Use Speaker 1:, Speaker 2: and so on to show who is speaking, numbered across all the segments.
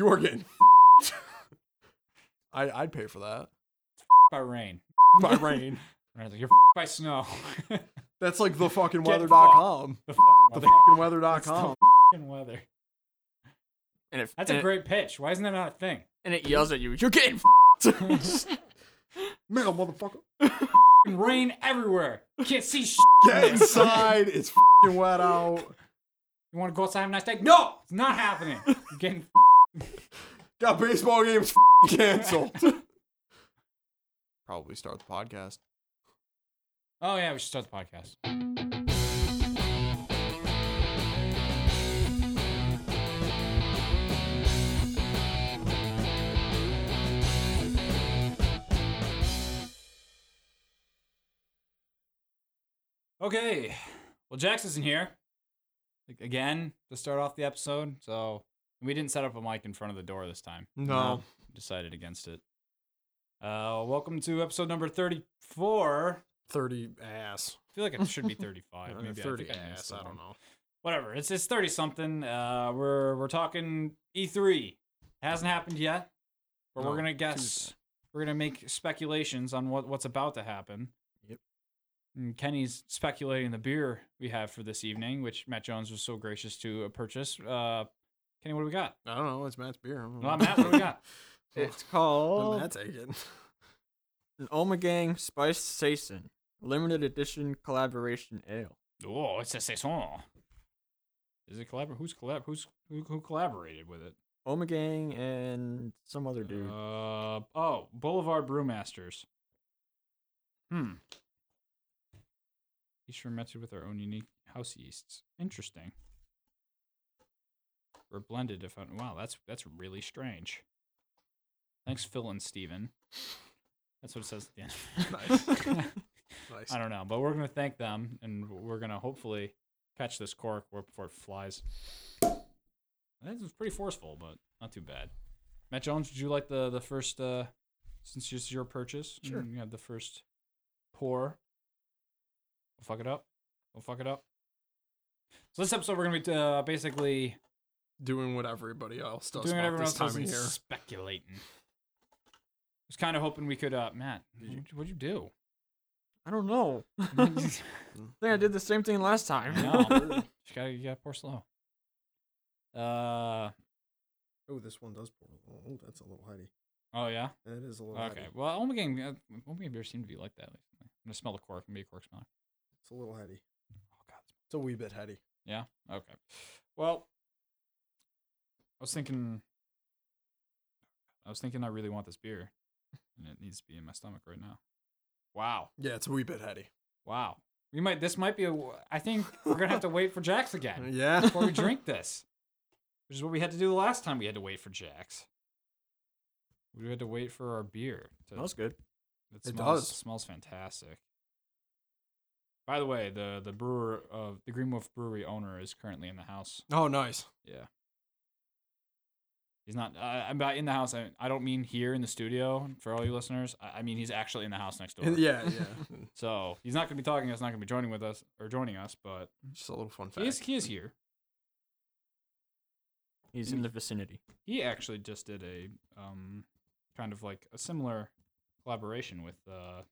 Speaker 1: You are getting. I I'd pay for that.
Speaker 2: by rain.
Speaker 1: By rain.
Speaker 2: And I was like, you're by snow. the
Speaker 1: That's like the fucking
Speaker 2: Get
Speaker 1: weather.com.
Speaker 2: fucking
Speaker 1: The
Speaker 2: weather.
Speaker 1: fucking
Speaker 2: It's the
Speaker 1: weather.com.
Speaker 2: fucking weather.
Speaker 3: And it,
Speaker 2: That's
Speaker 3: and
Speaker 2: a great pitch. Why isn't that not a thing?
Speaker 3: It, and it yells at you. You're getting.
Speaker 1: Man, motherfucker.
Speaker 2: Fucking Rain everywhere. Can't see shit.
Speaker 1: Get inside. It's fucking wet out.
Speaker 2: You want to go outside and have a nice day? No, it's not happening. You're getting
Speaker 1: Got baseball games f***ing canceled. Probably start the podcast.
Speaker 2: Oh yeah, we should start the podcast. Okay. Well, Jax isn't here. Like, again, to start off the episode. So we didn't set up a mic in front of the door this time.
Speaker 1: No.
Speaker 2: Decided against it. Uh, welcome to episode number 34.
Speaker 1: 30 ass.
Speaker 2: I feel like it should be 35.
Speaker 1: I mean,
Speaker 2: maybe
Speaker 1: 30
Speaker 2: I think I
Speaker 1: ass.
Speaker 2: missed
Speaker 1: I
Speaker 2: one.
Speaker 1: don't know.
Speaker 2: Whatever. It's it's 30 something. Uh, we're we're talking E3. Hasn't happened yet, but
Speaker 1: No,
Speaker 2: we're gonna guess.
Speaker 1: Tuesday.
Speaker 2: We're gonna make speculations on what what's about to happen.
Speaker 1: Yep.
Speaker 2: And Kenny's speculating the beer we have for this evening, which Matt Jones was so gracious to uh, purchase. Uh, Kenny, what do we got?
Speaker 1: I don't know. It's Matt's beer. I don't
Speaker 2: Well,
Speaker 1: know.
Speaker 2: Matt, what do we got?
Speaker 3: It's
Speaker 1: Let
Speaker 3: called
Speaker 1: Matt take it.
Speaker 3: an Omegang Spice Saison limited edition collaboration ale.
Speaker 2: Oh, it's a saison. Is it collabor? Who's collab? Who's who, who collaborated with it?
Speaker 3: Omegang and some other dude.
Speaker 2: Uh, oh, Boulevard Brewmasters. Hmm. Each fermented with our own unique house yeasts. Interesting. Or blended if I, wow, that's that's really strange. Thanks, Phil and Steven. That's what it says at the end.
Speaker 1: Nice.
Speaker 2: I don't know, but we're gonna thank them, and we're gonna hopefully catch this cork where- before it flies. That was pretty forceful, but not too bad. Matt Jones, would you like the the first? Uh, since this is your purchase,
Speaker 1: Sure.
Speaker 2: You have the first pour. Don't fuck it up. Don't fuck it up. So this episode, we're gonna be uh, basically
Speaker 1: Doing what everybody else does
Speaker 2: doing what
Speaker 1: about
Speaker 2: everyone
Speaker 1: this
Speaker 2: else
Speaker 1: time
Speaker 2: does
Speaker 1: of
Speaker 2: and
Speaker 1: year.
Speaker 2: speculating. I was kind of hoping we could, uh, Matt.
Speaker 1: Did you-
Speaker 2: what'd- What'd you do?
Speaker 3: I don't know. I think I did the same thing last time.
Speaker 2: I know. Just gotta, you gotta pour slow. Uh
Speaker 1: Oh, this one does pour. Oh, that's a little heady.
Speaker 2: oh yeah.
Speaker 1: That is a little
Speaker 2: Okay. Well, Oma game, uh, Oma game beers seem to be like that. Lately. I'm gonna smell the cork and be a cork smeller.
Speaker 1: It's a little heady.
Speaker 2: Oh god.
Speaker 1: It's a wee bit heady.
Speaker 2: Yeah. Okay. Well, I was thinking. I was thinking I really want this beer, and it needs to be in my stomach right now. Wow.
Speaker 1: Yeah, it's a wee bit heady.
Speaker 2: Wow. We might. This might be a. I think we're gonna have to wait for Jax again
Speaker 1: Yeah.
Speaker 2: before we drink this, which is what we had to do the last time. We had to wait for Jax. We had to wait for our beer. To,
Speaker 3: Smells good.
Speaker 2: It,
Speaker 1: It does.
Speaker 2: smells, Smells fantastic. By the way, the the brewer of the Greenwolf Brewery owner is currently in the house.
Speaker 1: Oh, nice.
Speaker 2: Yeah. He's not. I I'm not in the house. I, I don't mean here in the studio for all you listeners. I, I mean he's actually in the house next door.
Speaker 1: Yeah, yeah.
Speaker 2: So he's not going to be talking. He's not going to be joining with us or joining us, but
Speaker 1: Just a little fun fact.
Speaker 2: he is, he is here.
Speaker 3: He's in the vicinity.
Speaker 2: He actually just did a um, kind of like a similar collaboration with uh,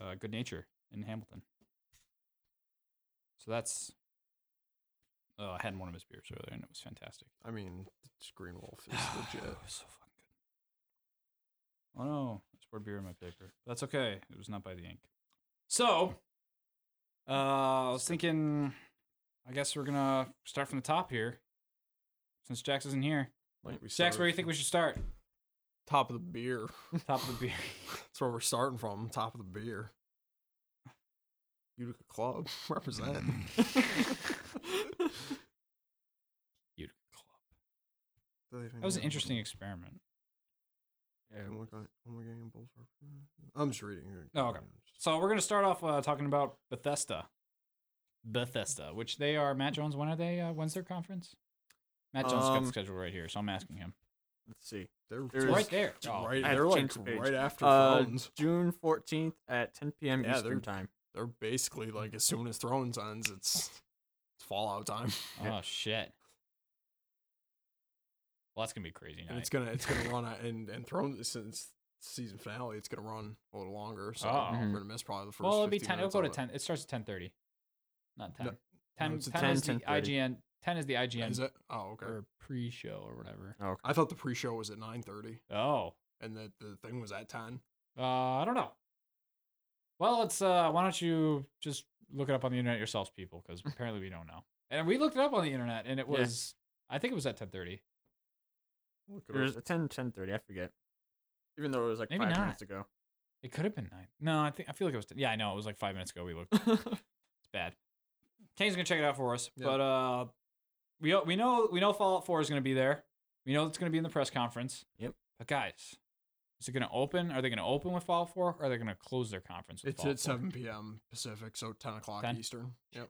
Speaker 2: uh, Good Nature in Hamilton. So that's. Uh, I had one of his beers earlier, and it was fantastic.
Speaker 1: I mean, it's Green Wolf is legit.
Speaker 2: It was so fucking good. Oh no, I just poured beer in my paper. That's okay. It was not by the ink. So, uh, I was thinking, I guess we're gonna start from the top here, since Jax isn't here.
Speaker 1: Like we
Speaker 2: Jax, where
Speaker 1: started
Speaker 2: do you think
Speaker 1: from
Speaker 2: we should start?
Speaker 1: top of the beer?
Speaker 2: Top of the beer.
Speaker 1: That's where we're starting from. Top of the beer. Utica Club represent.
Speaker 2: Utica Club. That
Speaker 1: Mm.
Speaker 2: was an interesting experiment.
Speaker 1: I'm just reading here.
Speaker 2: Oh, okay. So we're gonna start off uh, talking about Bethesda. Bethesda, which they are Matt Jones. When are they? Uh, when's their conference? Matt Jones got
Speaker 3: Um,
Speaker 2: the schedule right here, so I'm asking him.
Speaker 3: Let's see.
Speaker 1: They're
Speaker 3: There
Speaker 2: It's
Speaker 3: is-
Speaker 2: right there.
Speaker 1: it's
Speaker 2: Oh,
Speaker 1: right-
Speaker 3: I had
Speaker 1: They're
Speaker 3: to
Speaker 1: like
Speaker 3: change the page.
Speaker 1: right after
Speaker 3: Uh,
Speaker 1: Thrones.
Speaker 3: June 14th at 10 p.m.
Speaker 1: Yeah, they're-
Speaker 3: Eastern Time.
Speaker 1: They're basically like as soon as Thrones ends, it's, it's Fallout time.
Speaker 2: Oh shit. oh, Well, that's gonna be a crazy night.
Speaker 1: And it's gonna it's gonna run out and and Throne since season finale, it's gonna run a little longer. So
Speaker 2: Oh.
Speaker 1: we're gonna miss probably the first.
Speaker 2: well, it'll be
Speaker 1: 15
Speaker 2: ten. It'll
Speaker 1: minutes
Speaker 2: go
Speaker 1: of
Speaker 2: to
Speaker 1: it.
Speaker 2: ten. It starts at ten thirty, not ten.
Speaker 1: No,
Speaker 2: ten,
Speaker 1: it's at
Speaker 2: 10 is
Speaker 3: 10,
Speaker 2: the
Speaker 3: 10:30.
Speaker 2: IGN. Ten is the IGN
Speaker 1: Is it? Oh, okay.
Speaker 2: or pre-show or whatever.
Speaker 3: Oh, okay.
Speaker 1: I thought the pre-show was at nine thirty,
Speaker 2: Oh,
Speaker 1: and that the thing was at ten.
Speaker 2: uh, I don't know. Well, it's uh, why don't you just look it up on the internet yourselves, people, because apparently we don't know. And we looked it up on the internet, and it
Speaker 3: Yeah.
Speaker 2: was, I think it was at ten thirty.
Speaker 1: Look it
Speaker 3: It was
Speaker 1: up.
Speaker 3: 10, 10:30, I forget. Even though it was like
Speaker 2: Maybe
Speaker 3: five
Speaker 2: not.
Speaker 3: minutes ago.
Speaker 2: It could have been nine. No, I think I feel like it was. Ten. Yeah, I know it was like five minutes ago. We looked. It's bad. Kane's gonna check it out for us,
Speaker 1: Yeah.
Speaker 2: but uh, we we know we know Fallout Four is gonna be there. We know it's gonna be in the press conference.
Speaker 3: Yep.
Speaker 2: But guys, is it gonna open? Are they gonna open with Fallout Four? Or are they gonna close their conference? With
Speaker 1: It's
Speaker 2: Fallout
Speaker 1: at
Speaker 2: 4?
Speaker 1: seven p.m. Pacific, so ten o'clock
Speaker 2: 10?
Speaker 1: Eastern. Yep.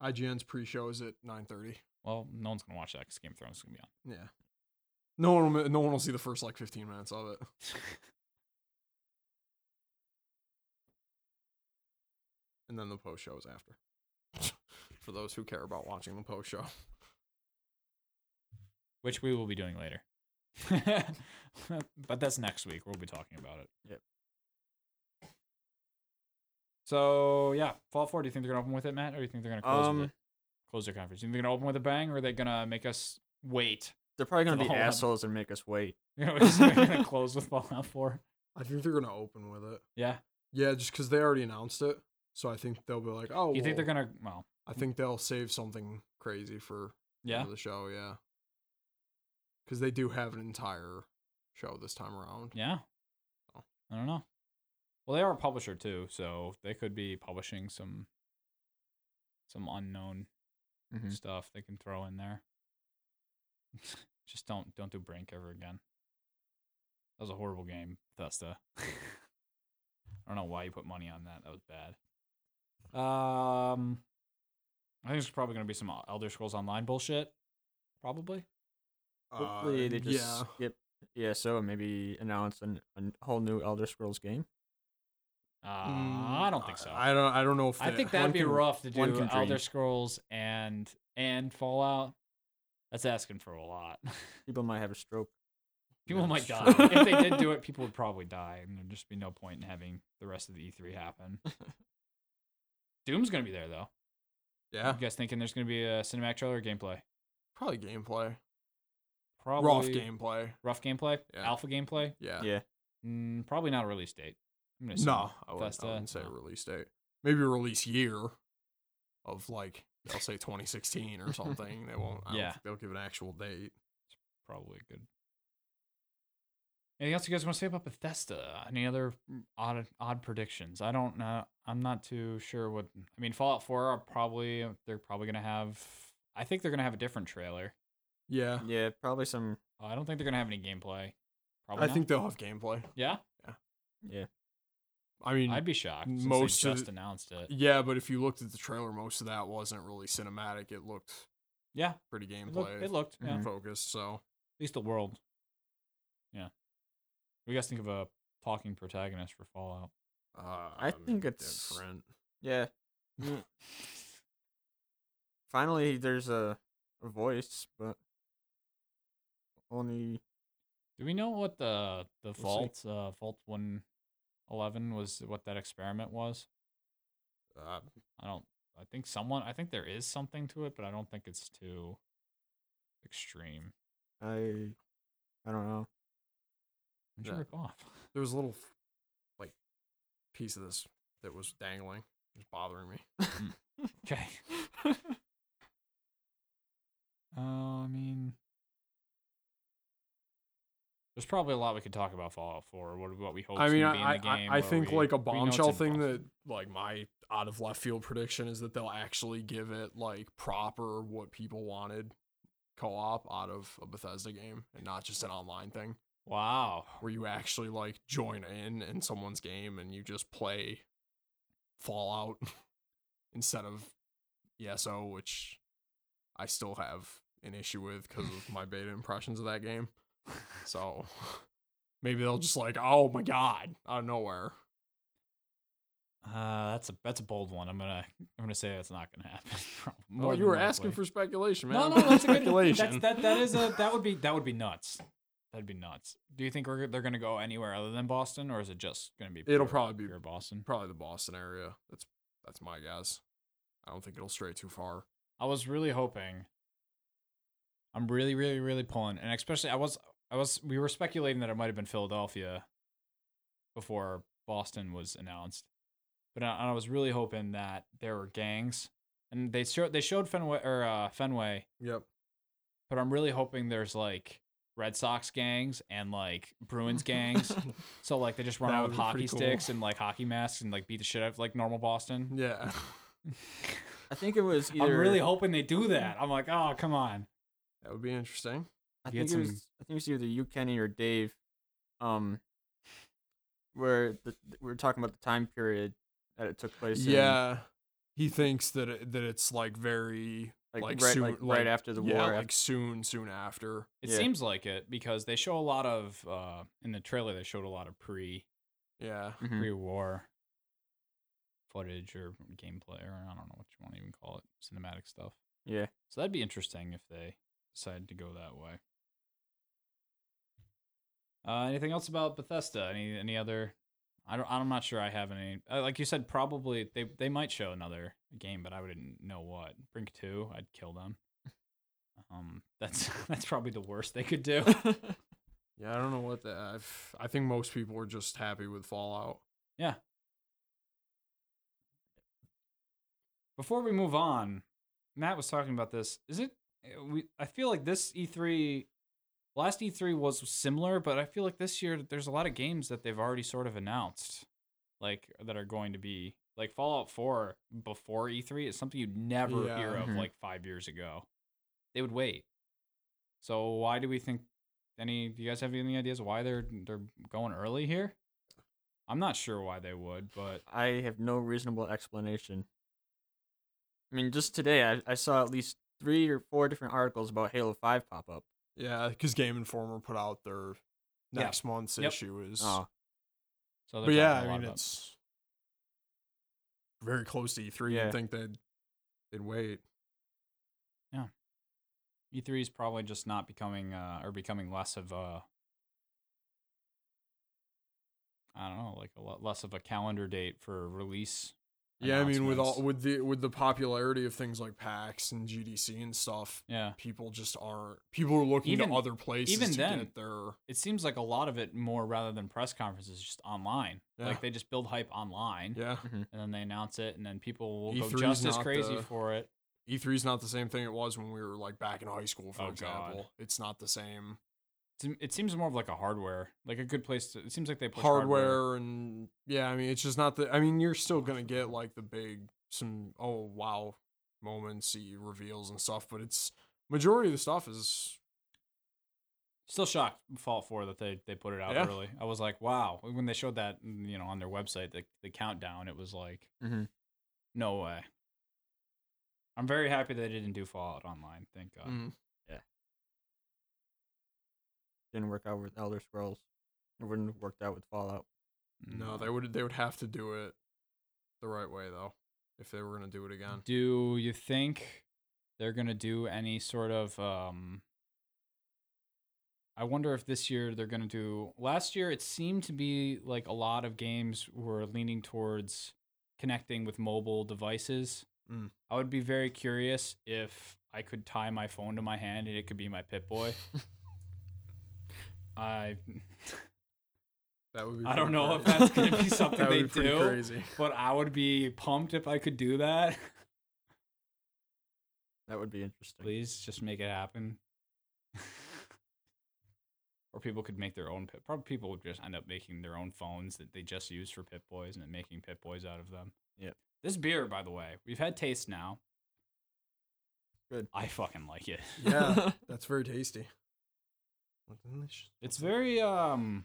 Speaker 1: IGN's pre-show is at nine thirty.
Speaker 2: Well, no one's gonna watch that because Game of Thrones is gonna be on.
Speaker 1: Yeah. No one, will, no one will see the first like fifteen minutes of it. and then the post show is after. For those who care about watching the post show,
Speaker 2: which we will be doing later. but that's next week. We'll be talking about it.
Speaker 3: Yep.
Speaker 2: So yeah, Fall Four. Do you think they're gonna open with it, Matt, or do you think they're gonna close
Speaker 3: Um,
Speaker 2: with it? Close their conference. Do you think they're gonna open with a bang, or are they gonna make us wait?
Speaker 3: They're probably
Speaker 2: For
Speaker 3: gonna
Speaker 2: the
Speaker 3: be
Speaker 2: whole episode.
Speaker 3: assholes and make us wait.
Speaker 2: You know, is they're gonna close with Fallout Four.
Speaker 1: I think they're gonna open with it.
Speaker 2: Yeah.
Speaker 1: Yeah, just because they already announced it, so I think they'll be like, "Oh,
Speaker 2: You think they're
Speaker 1: well,
Speaker 2: gonna? Well,
Speaker 1: I think they'll save something crazy for
Speaker 2: yeah.
Speaker 1: for the show, yeah. Because they do have an entire show this time around.
Speaker 2: Yeah.
Speaker 1: Oh.
Speaker 2: I don't know. Well, they are a publisher too, so they could be publishing some some unknown
Speaker 1: Mm-hmm.
Speaker 3: Mhm.
Speaker 2: stuff they can throw in there. Just don't don't do Brink ever again. That was a horrible game, Thesta. I don't know why you put money on that. That was bad. Um, I think there's probably gonna be some Elder Scrolls Online bullshit. Probably.
Speaker 3: Hopefully they just
Speaker 1: Uh, yeah.
Speaker 3: skip ESO and maybe announce an, a whole new Elder Scrolls game.
Speaker 2: Uh, I don't think so.
Speaker 1: Mm, I don't. I don't know if
Speaker 2: I
Speaker 1: they-
Speaker 2: think
Speaker 1: one
Speaker 2: that'd be
Speaker 1: can-
Speaker 2: rough to
Speaker 3: one
Speaker 2: do
Speaker 3: can
Speaker 2: Elder
Speaker 3: dream.
Speaker 2: Scrolls and and Fallout. That's asking for a lot.
Speaker 3: People might have a stroke.
Speaker 2: people
Speaker 1: Yeah,
Speaker 2: might die.
Speaker 1: that's true.
Speaker 2: if they did do it, people would probably die, and there'd just be no point in having the rest of the E3 happen. Doom's gonna be there though.
Speaker 1: Yeah,
Speaker 2: You guys thinking there's gonna be a cinematic trailer or gameplay?
Speaker 1: probably gameplay,
Speaker 2: Probably
Speaker 1: rough gameplay.
Speaker 2: Rough gameplay.
Speaker 1: Yeah.
Speaker 2: Alpha gameplay.
Speaker 1: Yeah.
Speaker 3: Yeah.
Speaker 2: Mm, probably not a release date. I'm gonna
Speaker 1: No,
Speaker 2: assume.
Speaker 1: I wouldn't,
Speaker 2: Bethesda,
Speaker 1: I wouldn't say
Speaker 2: no.
Speaker 1: release date. Maybe release year of like I'll say 2016 or something. They won't. I don't
Speaker 2: Yeah.
Speaker 1: think they'll give an actual date.
Speaker 2: probably good. Anything else you guys want to say about Bethesda? Any other mm, odd odd predictions? I don't know. I'm not too sure what. I mean, Fallout Four are probably uh, they're probably gonna have. I think they're gonna have a different trailer.
Speaker 1: Yeah,
Speaker 3: Yeah, probably some.
Speaker 2: Uh, I don't think they're gonna have any gameplay. Probably.
Speaker 1: I
Speaker 2: not.
Speaker 1: think they'll have gameplay.
Speaker 2: Yeah,
Speaker 3: Yeah,
Speaker 1: I mean,
Speaker 2: I'd be shocked. Since
Speaker 1: most
Speaker 2: they
Speaker 1: of
Speaker 2: just
Speaker 1: the-
Speaker 2: announced it.
Speaker 1: yeah, but if you looked at the trailer, most of that wasn't really cinematic. It looked
Speaker 2: Yeah,
Speaker 1: pretty
Speaker 2: it, look,
Speaker 1: gameplay Mm-hmm.
Speaker 2: it looked. Yeah,
Speaker 3: Mhm.
Speaker 2: at
Speaker 1: focused. So
Speaker 2: least the world. Yeah. What do you guys think of a talking protagonist for Fallout?
Speaker 1: uh,
Speaker 3: I think it's-
Speaker 1: different.
Speaker 3: yeah. Mm. Finally, there's a, a voice, but only
Speaker 2: Do we know what the the
Speaker 1: see.
Speaker 2: fault uh fault one eleven was? What that experiment was?
Speaker 1: Uh,
Speaker 2: I don't. I think someone. I think there is something to it, but I don't think it's too extreme.
Speaker 3: I. I don't know.
Speaker 2: Did you
Speaker 1: Yeah.
Speaker 2: rip off?
Speaker 1: there was a little like piece of this that was dangling, it was bothering me.
Speaker 2: Okay. uh, I mean, there's probably a lot we could talk about Fallout Four. What what we hope.
Speaker 1: I mean,
Speaker 2: to be in
Speaker 1: I,
Speaker 2: the game,
Speaker 1: I, I
Speaker 2: what
Speaker 1: think
Speaker 2: we-
Speaker 1: like a
Speaker 2: we know it's
Speaker 1: bombshell
Speaker 2: in
Speaker 1: thing
Speaker 2: Fallout.
Speaker 1: that like my out of left field prediction is that they'll actually give it like proper what people wanted co-op out of a Bethesda game and not just an online thing
Speaker 2: Wow.
Speaker 1: where you actually like join in in someone's game and you just play Fallout instead of ESO which I still have an issue with because of my beta impressions of that game. So maybe they'll just like, oh my god, out of nowhere.
Speaker 2: Uh, that's a that's a bold one. I'm gonna I'm gonna say that's not gonna happen.
Speaker 1: Well,
Speaker 2: More
Speaker 1: you
Speaker 2: than
Speaker 1: were asking
Speaker 2: likely.
Speaker 1: for speculation, man.
Speaker 2: No, no, that's a good. That's,
Speaker 1: speculation.
Speaker 2: that that is a that would be that would be nuts. That'd be nuts. Do you think we're, they're gonna go anywhere other than Boston, or is it just gonna be?
Speaker 1: It'll
Speaker 2: pure-
Speaker 1: probably be-
Speaker 2: pure Boston.
Speaker 1: Probably the Boston area. That's that's my guess. I don't think it'll stray too far.
Speaker 2: I was really hoping. I'm really, really, really pulling, and especially I was, I was, we were speculating that it might have been Philadelphia before Boston was announced, but I, I was really hoping that there were gangs, and they showed they showed Fenway or uh, Fenway,
Speaker 1: Yep.
Speaker 2: but I'm really hoping there's like Red Sox gangs and like Bruins gangs, so like they just run
Speaker 1: That
Speaker 2: out
Speaker 1: would
Speaker 2: with
Speaker 1: be pretty
Speaker 2: hockey
Speaker 1: cool.
Speaker 2: sticks and like hockey masks and like beat the shit out of like normal Boston.
Speaker 1: Yeah.
Speaker 3: I think it was either.
Speaker 2: I'm really hoping they do that. I'm like, oh come on.
Speaker 1: That would be interesting.
Speaker 3: I
Speaker 2: You
Speaker 3: think
Speaker 2: had
Speaker 3: it was.
Speaker 2: some-
Speaker 3: I think it was either you, Kenny, or Dave. Um, where the, we were talking about the time period that it took place. in,
Speaker 1: Yeah. He thinks that it, that it's like very
Speaker 3: like,
Speaker 1: like,
Speaker 3: right,
Speaker 1: soon,
Speaker 3: like, right
Speaker 1: like-
Speaker 3: after the
Speaker 1: yeah,
Speaker 3: war.
Speaker 1: like soon, soon after.
Speaker 2: It
Speaker 3: Yeah.
Speaker 2: seems like it because they show a lot of uh, in the trailer. They showed a lot of pre
Speaker 1: Yeah.
Speaker 3: af- Mhm.
Speaker 2: pre war footage or gameplay or I don't know what you want to even call it cinematic stuff.
Speaker 3: Yeah.
Speaker 2: So that'd be interesting if they decided to go that way. Uh, anything else about Bethesda? Any any other? I don't. I'm not sure. I have any. Uh, like you said, probably they they might show another game, but I wouldn't know what. Brink two, I'd kill them. Um, that's that's probably the worst they could do.
Speaker 1: Yeah. I don't know what the. I've, I think most people are just happy with Fallout.
Speaker 2: before we move on, Matt was talking about this. Is it? eh, We I feel like this E3, last E3 was similar, but I feel like this year there's a lot of games that they've already sort of announced, like that are going to be like Fallout 4 before E3 is something you'd never
Speaker 1: Yeah. mm-hmm.
Speaker 2: hear of
Speaker 3: Mhm.
Speaker 2: like five years ago. They would wait. So why do we think? Any? Do you guys have any ideas why they're they're going early here? I'm not sure why they would, but
Speaker 3: I have no reasonable explanation. I mean, just today I, I saw at least three or four different articles about Halo Five pop up.
Speaker 1: Yeah, because Game Informer put out their
Speaker 2: Yeah.
Speaker 1: next month's
Speaker 2: Yep.
Speaker 1: issue is.
Speaker 3: Oh,
Speaker 2: so they're
Speaker 1: but yeah,
Speaker 2: talking a
Speaker 1: I
Speaker 2: lot
Speaker 1: mean
Speaker 2: about-
Speaker 1: it's very close to E3.
Speaker 3: Yeah.
Speaker 1: You'd think they'd they'd wait.
Speaker 2: E3 E is probably just not becoming uh, or becoming less of a I don't know, like a lot less of a calendar date for release.
Speaker 1: Yeah, I mean with all
Speaker 2: announcements.
Speaker 1: with the with the popularity of things like PAX and GDC and stuff,
Speaker 2: yeah,
Speaker 1: people just aren't. People are looking
Speaker 2: Even-
Speaker 1: to other places
Speaker 2: even
Speaker 1: to
Speaker 2: then,
Speaker 1: get their.
Speaker 2: it seems like a lot of it more rather than press conferences, just online.
Speaker 1: Yeah.
Speaker 2: Like they just build hype online,
Speaker 1: Yeah,
Speaker 2: and then they announce it, and then people will go
Speaker 1: E3 is
Speaker 2: just as
Speaker 1: not
Speaker 2: crazy
Speaker 1: the-
Speaker 2: for it.
Speaker 1: E3 E is not the same thing it was when we were like back in high school, for
Speaker 2: Oh, God.
Speaker 1: example. It's not the same
Speaker 2: It's- It seems more of like a hardware, like a good place to. It seems like they push
Speaker 1: hardware, and yeah. I mean, it's just not the. I mean, you're still gonna get like the big some oh wow moments, see reveals and stuff, but it's majority of the stuff is
Speaker 2: Still shocked, Fallout 4 that they they put it out
Speaker 1: Yeah.
Speaker 2: early. I was like, wow. When they showed that, mm, you know, on their website, the the countdown, it was like,
Speaker 1: Mm-hmm.
Speaker 3: Mhm.
Speaker 2: no way. I'm very happy they didn't do Fallout Online. Thank God.
Speaker 1: mm,
Speaker 3: didn't work out with Elder Scrolls. It wouldn't have worked out with Fallout.
Speaker 2: Mm.
Speaker 1: no. They would they would have to do it the right way though if they were gonna do it again.
Speaker 2: Do you think they're gonna do any sort of? um I wonder if this year they're gonna do. Last year, it seemed to be like a lot of games were leaning towards connecting with mobile devices.
Speaker 1: Mm.
Speaker 2: I would be very curious if I could tie my phone to my hand and it could be my Pip Boy. I
Speaker 1: That would be.
Speaker 2: I don't
Speaker 1: pretty
Speaker 2: know if
Speaker 1: crazy.
Speaker 2: that's gonna be something
Speaker 1: that
Speaker 2: they
Speaker 1: would be pretty
Speaker 2: do
Speaker 1: Crazy.
Speaker 2: but I would be pumped if I could do that.
Speaker 3: That would be interesting.
Speaker 2: Please just make it happen. or people could make their own pip. Probably people would just end up making their own phones that they just use for Pip Boys and then making Pip Boys out of them.
Speaker 3: Yep.
Speaker 2: This beer, by the way, we've had taste now.
Speaker 3: Good.
Speaker 2: I fucking like it.
Speaker 1: Yeah, that's very tasty. mm, What delicious.
Speaker 2: It's very um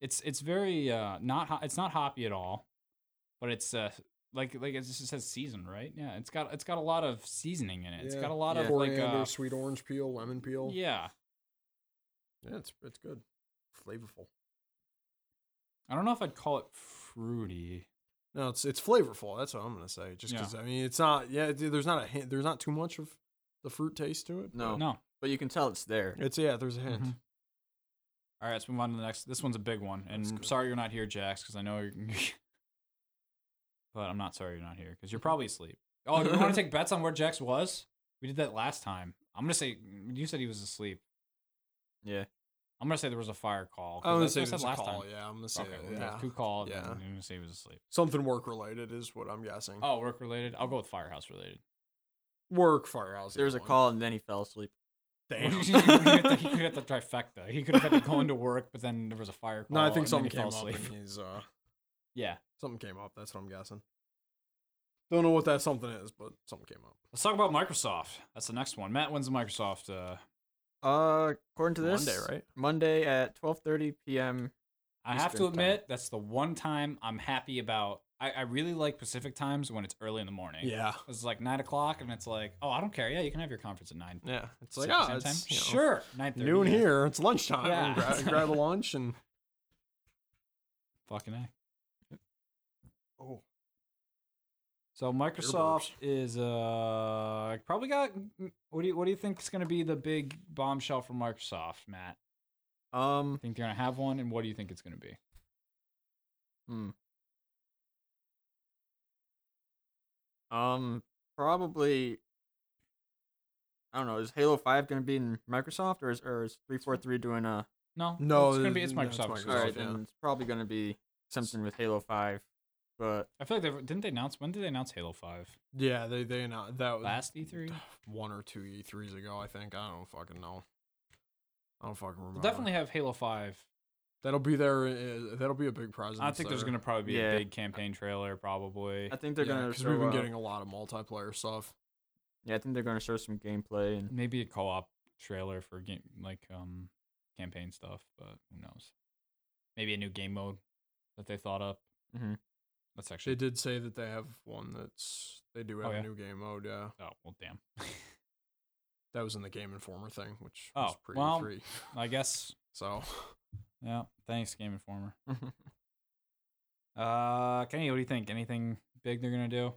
Speaker 2: it's it's very uh not ho- it's not hoppy at all, but it's uh like like it just says season, right? Yeah, it's got it's got a lot of seasoning in it. It's
Speaker 1: Yeah.
Speaker 2: got a lot of like
Speaker 1: Coriander,
Speaker 2: uh,
Speaker 1: sweet orange peel, lemon peel.
Speaker 2: Yeah.
Speaker 1: Yeah, it's it's good. Flavorful.
Speaker 2: I don't know if I'd call it fruity.
Speaker 1: No, it's it's flavorful. That's what I'm gonna say. Just
Speaker 2: Yeah.
Speaker 1: because I mean, it's not. Yeah, it- there's not a hint. There's not too much of the fruit taste to it. but
Speaker 3: No.
Speaker 2: No.
Speaker 3: But you can tell it's
Speaker 2: Mm-hmm.
Speaker 3: there.
Speaker 1: it's yeah. There's a hint.
Speaker 2: Mhm. All right, let's move on to the next. This one's a big one, and
Speaker 1: Let's
Speaker 2: I'm
Speaker 1: go.
Speaker 2: sorry you're not here, Jax, because I know you're. but I'm not sorry you're not here because you're
Speaker 1: Mm-hmm.
Speaker 2: probably asleep. Oh, you want to take bets on where Jax was? We did that last time. I'm gonna say you said he was asleep.
Speaker 3: Yeah.
Speaker 2: I'm gonna say there was a fire call. 'cause
Speaker 1: I'm gonna
Speaker 2: that's
Speaker 1: say
Speaker 2: what I
Speaker 1: there's a
Speaker 2: last
Speaker 1: call.
Speaker 2: time.
Speaker 1: Yeah, I'm gonna say
Speaker 2: okay,
Speaker 1: it,
Speaker 2: we
Speaker 1: yeah.
Speaker 2: got two calls. Yeah,
Speaker 1: Yeah. Mm-hmm.
Speaker 2: I'm gonna say he was asleep.
Speaker 1: Something work related is what I'm guessing.
Speaker 2: Oh, work related. I'll go with firehouse related.
Speaker 1: Work firehouse.
Speaker 3: There was a
Speaker 1: one.
Speaker 3: call and then he fell asleep.
Speaker 1: Damn.
Speaker 2: he could have the trifecta. He could have had to go into work, but then there was a fire call.
Speaker 1: no, I think
Speaker 2: and then
Speaker 1: something
Speaker 2: he
Speaker 1: came
Speaker 2: fell
Speaker 1: up. And
Speaker 2: asleep.
Speaker 1: he's uh,
Speaker 2: Yeah.
Speaker 1: something came up. That's what I'm guessing. Don't know what that something is, but something came up.
Speaker 2: Let's talk about Microsoft. That's the next one. Matt wins the Microsoft. Uh,
Speaker 3: Uh, according to this,
Speaker 1: Monday, right?
Speaker 3: Monday at 12:30 p.m.
Speaker 2: I have to
Speaker 3: Eastern time.
Speaker 2: admit, that's the one time I'm happy about. I, I really like Pacific times when it's early in the morning.
Speaker 1: Yeah.
Speaker 2: It's like nine o'clock, and it's like, oh, I don't care. Yeah, you can have your conference at nine.
Speaker 1: Yeah. It's
Speaker 2: Pacific
Speaker 1: like ah,
Speaker 2: Standard
Speaker 1: it's,
Speaker 2: Time?
Speaker 1: you know,
Speaker 2: sure, nine thirty.
Speaker 1: Noon here. It's lunchtime.
Speaker 2: Yeah.
Speaker 1: Grab, grab a lunch and
Speaker 2: Fucking a.
Speaker 1: oh,
Speaker 2: So Microsoft is uh probably got. What do you What do you think is going to be the big bombshell for Microsoft, Matt?
Speaker 3: Um,
Speaker 2: Think they're going to have one, and what do you think it's going to be?
Speaker 3: hmm. um, probably. I don't know. Is Halo Five going to be in Microsoft or is or is 343 doing a?
Speaker 2: No,
Speaker 1: No,
Speaker 2: it's going to be it's
Speaker 1: that's
Speaker 2: Microsoft.
Speaker 1: Microsoft.
Speaker 3: All right,
Speaker 1: yeah.
Speaker 3: then it's probably going to be something with Halo Five, but
Speaker 2: I feel like they didn't they announce when did they announce Halo Five
Speaker 1: yeah. They they not that was
Speaker 2: last E E3?
Speaker 1: one or two E3s ago, I think. I don't fucking know. I don't fucking remember.
Speaker 2: They'll definitely have Halo Five.
Speaker 1: That'll be there. Uh, that'll be a big presence.
Speaker 2: I think there's going to probably be a
Speaker 3: Yeah.
Speaker 2: big campaign trailer, probably.
Speaker 3: I think they're going to
Speaker 1: because we've been getting a lot of multiplayer stuff.
Speaker 3: Yeah, I think they're going to show some gameplay and
Speaker 2: Maybe a co-op trailer for game like um campaign stuff, but who knows? Maybe a new game mode that they thought up.
Speaker 3: Mhm.
Speaker 2: That's
Speaker 1: They
Speaker 2: actually
Speaker 1: did say that they have one that's they do have
Speaker 2: Oh, yeah.
Speaker 1: a new game mode. Yeah,
Speaker 2: oh well, damn.
Speaker 1: that was in the Game Informer thing, which
Speaker 2: Oh,
Speaker 1: was pretty
Speaker 2: well.
Speaker 1: free.
Speaker 2: I guess.
Speaker 1: So
Speaker 2: Yeah. Thanks, Game Informer. Uh, Kenny, what do you think? Anything big they're gonna do?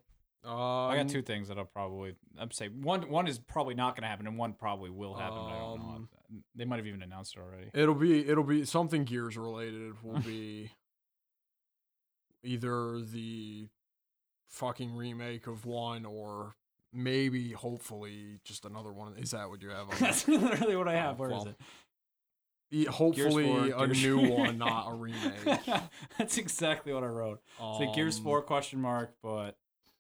Speaker 2: Oh, I
Speaker 1: um,
Speaker 2: got two things that I'll probably I'm say one one is probably not gonna happen and one probably will happen. but I don't know.
Speaker 1: Um,
Speaker 2: They might have even announced it already.
Speaker 1: It'll be it'll be something Gears related. Will be either the fucking remake of one or maybe hopefully just another one. Is that what you have? On there?
Speaker 2: That's literally what I have. Where is
Speaker 1: Well,
Speaker 2: it?
Speaker 1: E-
Speaker 2: Gears
Speaker 1: Hopefully,
Speaker 2: 4,
Speaker 1: a
Speaker 2: Gears-
Speaker 1: new one, not a remake.
Speaker 2: That's exactly what I wrote. It's like Gears
Speaker 1: Um,
Speaker 2: Four question mark, but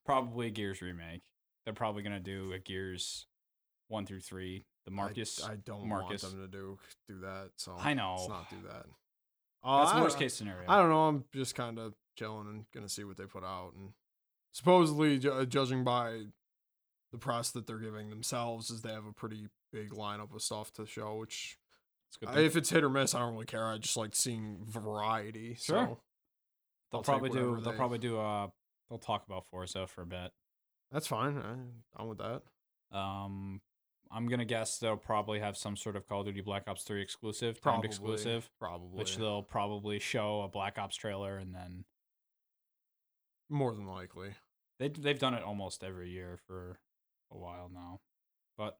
Speaker 2: probably a Gears remake. They're probably gonna do a Gears one through three. The
Speaker 1: I-
Speaker 2: Marcus.
Speaker 1: I,
Speaker 2: I,
Speaker 1: don't
Speaker 2: Marcus.
Speaker 1: want them to do do that. So
Speaker 2: know.
Speaker 1: let's not do that.
Speaker 2: That's
Speaker 1: Uh, I-
Speaker 2: worst case scenario.
Speaker 1: I don't know. I'm just kind of chilling and gonna see what they put out. And supposedly, ju- uh, judging by the press that they're giving themselves, is they have a pretty big lineup of stuff to show. Which
Speaker 2: It's good
Speaker 1: I-
Speaker 2: thing.
Speaker 1: if it's hit or miss, I don't really care. I just like seeing variety.
Speaker 2: Sure.
Speaker 1: So I'll
Speaker 2: they'll
Speaker 1: take
Speaker 2: probably do.
Speaker 1: whatever
Speaker 2: They'll
Speaker 1: they-
Speaker 2: probably do. Uh, they'll talk about Forza for a bit.
Speaker 1: that's fine. I, I'm with that.
Speaker 2: Um, I'm gonna guess they'll probably have some sort of Call of Duty Black Ops 3 exclusive, timed
Speaker 1: Probably
Speaker 2: exclusive,
Speaker 1: Probably.
Speaker 2: which they'll probably show a Black Ops trailer, and then
Speaker 1: more than likely.
Speaker 2: they they've done it almost every year for a while now. But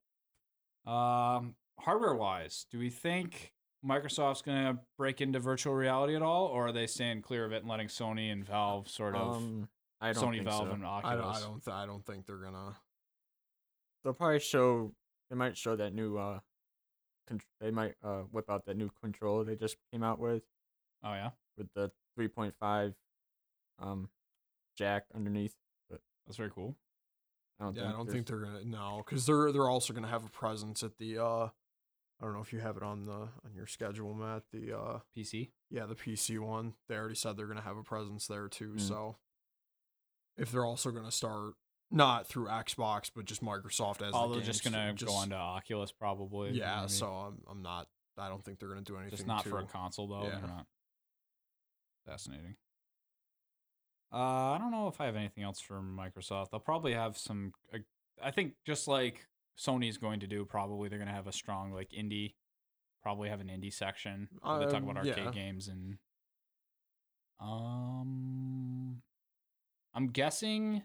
Speaker 2: um, hardware wise, do we think Microsoft's gonna break into virtual reality at all, or are they staying clear of it and letting Sony and Valve sort of
Speaker 3: um, I don't
Speaker 2: Sony
Speaker 3: think
Speaker 2: Valve
Speaker 3: so.
Speaker 2: and
Speaker 1: I don't.
Speaker 2: Oculus?
Speaker 1: I don't. Th- I don't think they're gonna.
Speaker 3: They'll probably show. They might show that new. Uh, con- they might uh whip out that new controller they just came out with
Speaker 2: Oh yeah,
Speaker 3: with the 3.5, um, jack underneath.
Speaker 2: that's very cool.
Speaker 3: I don't
Speaker 1: Yeah,
Speaker 3: think.
Speaker 1: I don't
Speaker 3: there's-
Speaker 1: think they're gonna no, because they're they're also gonna have a presence at the uh, I don't know if you have it on the on your schedule, Matt. The uh,
Speaker 2: PC.
Speaker 1: yeah, the PC one. They already said they're gonna have a presence there too.
Speaker 3: Mm.
Speaker 1: So if they're also gonna start not through Xbox, but just Microsoft as
Speaker 2: Although
Speaker 1: the
Speaker 2: Oh, just
Speaker 1: games,
Speaker 2: gonna
Speaker 1: just-
Speaker 2: go onto Oculus probably.
Speaker 1: yeah.
Speaker 2: maybe.
Speaker 1: So I'm I'm not. I don't think they're gonna do anything.
Speaker 2: just not
Speaker 1: to,
Speaker 2: for a console though.
Speaker 1: yeah.
Speaker 2: They're not. Fascinating. Uh, I don't know if I have anything else for Microsoft. I'll probably have some. I- I think just like Sony's going to do, probably they're going to have a strong like indie. Probably have an indie section. where they talk
Speaker 1: Um,
Speaker 2: about arcade
Speaker 1: yeah.
Speaker 2: games and. Um, I'm guessing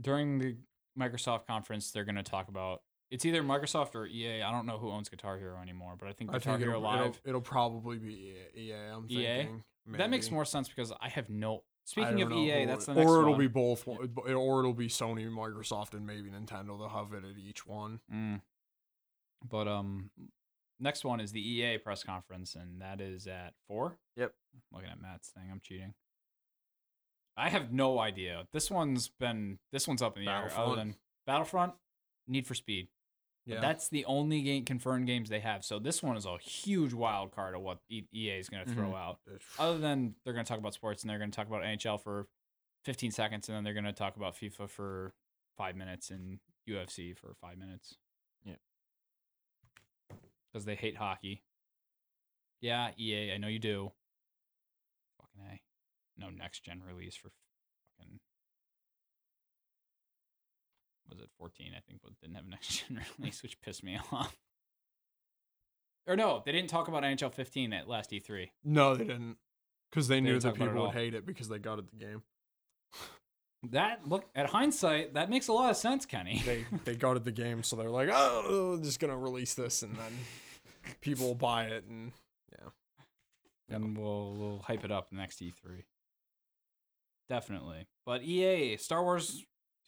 Speaker 2: during the Microsoft conference they're going to talk about it's either Microsoft or EA. I don't know who owns Guitar Hero anymore, but I think
Speaker 1: I
Speaker 2: Guitar
Speaker 1: think
Speaker 2: Hero
Speaker 1: it'll,
Speaker 2: Live.
Speaker 1: it'll, it'll probably be E EA. I'm
Speaker 2: EA?
Speaker 1: thinking
Speaker 2: That makes
Speaker 1: maybe.
Speaker 2: more sense because I have no.
Speaker 1: I
Speaker 2: Speaking of
Speaker 1: don't know
Speaker 2: EA,
Speaker 1: who
Speaker 2: that's
Speaker 1: it-
Speaker 2: the next
Speaker 1: or it'll
Speaker 2: one.
Speaker 1: be both, one- it- or it'll be Sony, Microsoft, and maybe Nintendo. They'll have it at each one.
Speaker 2: Mm. But um, next one is the EA press conference, and that is at four.
Speaker 3: Yep.
Speaker 2: looking at Matt's thing, I'm cheating. I have no idea. This one's been this one's up in the air. Other
Speaker 1: Battlefront.
Speaker 2: than Battlefront, Need for Speed.
Speaker 1: Yeah,
Speaker 2: That's the only game confirmed games they have. So this one is a huge wild card of what E- EA is going to throw
Speaker 1: Mm-hmm.
Speaker 2: out.
Speaker 1: It's-
Speaker 2: Other than they're going to talk about sports and they're going to talk about NHL for 15 seconds, and then they're going to talk about FIFA for five minutes and UFC for five minutes.
Speaker 3: Yep.
Speaker 2: Because they hate hockey. Yeah, EA, I know you do. Fucking A. No next gen release for fucking. Was it 14? I think, but didn't have a next gen release, which pissed me off. Or no, they didn't talk about NHL 15 at last E E3.
Speaker 1: no, they didn't, because they,
Speaker 2: They
Speaker 1: knew
Speaker 2: didn't
Speaker 1: that
Speaker 2: talk about it
Speaker 1: people
Speaker 2: at
Speaker 1: would
Speaker 2: all.
Speaker 1: hate it because they got it the game.
Speaker 2: That look at hindsight, that makes a lot of sense, Kenny.
Speaker 1: They they got it the game, so they're like, oh, we're just gonna release this, and then people will buy it, and
Speaker 2: and we'll we'll hype it up next E3. Definitely. But EA, Star Wars, do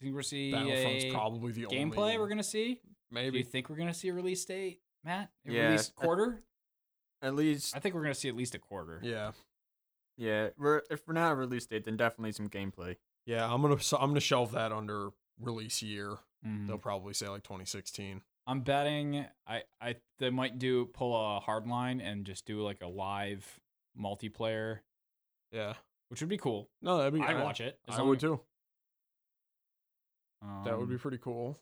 Speaker 2: you think we're seeing
Speaker 1: Battlefront's
Speaker 2: EA
Speaker 1: probably the
Speaker 2: gameplay
Speaker 1: only
Speaker 2: we're gonna see? Do you
Speaker 1: maybe
Speaker 2: think we're gonna see a release date, Matt? A
Speaker 3: Yeah,
Speaker 2: release
Speaker 3: I-
Speaker 2: quarter?
Speaker 3: At least,
Speaker 2: I think we're gonna see at least a quarter.
Speaker 1: yeah.
Speaker 3: yeah. We're if we're not a release date, then definitely some gameplay.
Speaker 1: Yeah, I'm gonna so I'm gonna shelve that under release year.
Speaker 2: Mhm.
Speaker 1: They'll probably say like 2016.
Speaker 2: I'm betting I, I they might do pull a hard line and just do like a live multiplayer,
Speaker 1: Yeah,
Speaker 2: which would be cool.
Speaker 1: no, that'd be.
Speaker 2: I'd watch it.
Speaker 1: I would too. That would be
Speaker 2: Um,
Speaker 1: pretty cool.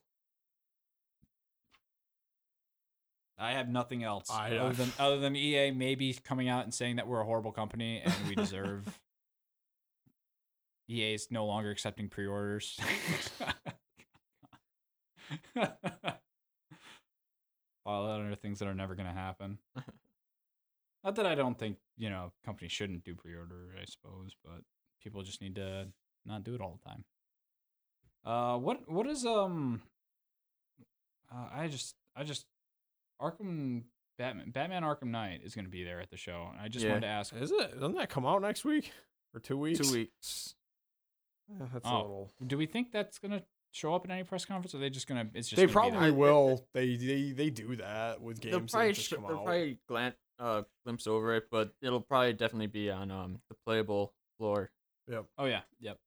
Speaker 2: I have nothing else
Speaker 1: I-
Speaker 2: other
Speaker 1: I-
Speaker 2: than other than EA maybe coming out and saying that we're a horrible company and we deserve. EA is no longer accepting pre-orders. All that other things that are never going to happen. Not that I don't think you know companies shouldn't do pre-order, I suppose, but people just need to not do it all the time. Uh, what what is um? Uh, I just I just Arkham Batman Batman Arkham Knight is going to be there at the show, and I just
Speaker 3: Yeah.
Speaker 2: wanted to ask.
Speaker 1: Is it? Doesn't that come out next week or two weeks?
Speaker 3: Two weeks.
Speaker 1: Yeah, that's a
Speaker 2: Oh.
Speaker 1: little.
Speaker 2: Do we think that's gonna show up in any press conference? Or are they just gonna? It's just
Speaker 1: they
Speaker 2: gonna be
Speaker 1: probably
Speaker 2: there?
Speaker 1: will. They they they do that with
Speaker 3: They'll
Speaker 1: games that
Speaker 3: probably,
Speaker 1: have just
Speaker 3: sh-
Speaker 1: come
Speaker 3: they'll
Speaker 1: out.
Speaker 3: probably glance, uh, glimpse over it, but it'll probably definitely be on um the playable floor.
Speaker 2: Oh yeah, yep.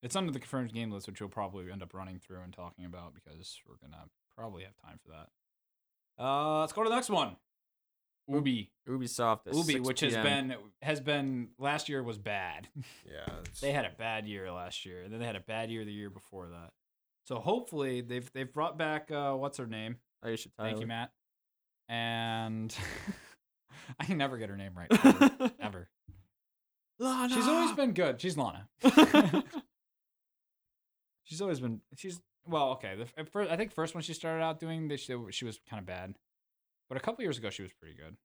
Speaker 2: It's under the confirmed game list, which we'll probably end up running through and talking about because we're gonna probably have time for that. Uh, let's go to the next one. Ubi,
Speaker 3: Ubisoft. At
Speaker 2: Ubi,
Speaker 3: 6
Speaker 2: which has
Speaker 3: PM.
Speaker 2: been has been last year was bad.
Speaker 1: Yeah, it's-
Speaker 2: they had a bad year last year, and then they had a bad year the year before that. So hopefully they've they've brought back uh, what's her name.
Speaker 3: Aisha Tyler.
Speaker 2: Thank you, Matt. And I can never get her name right. Ever.
Speaker 3: Matt.
Speaker 2: ever.
Speaker 3: Lana.
Speaker 2: She's always been good. She's Lana. she's always been. She's well, okay. The, at first, I think first when she started out doing this, she, she was kind of bad. But a couple years ago, she was pretty good.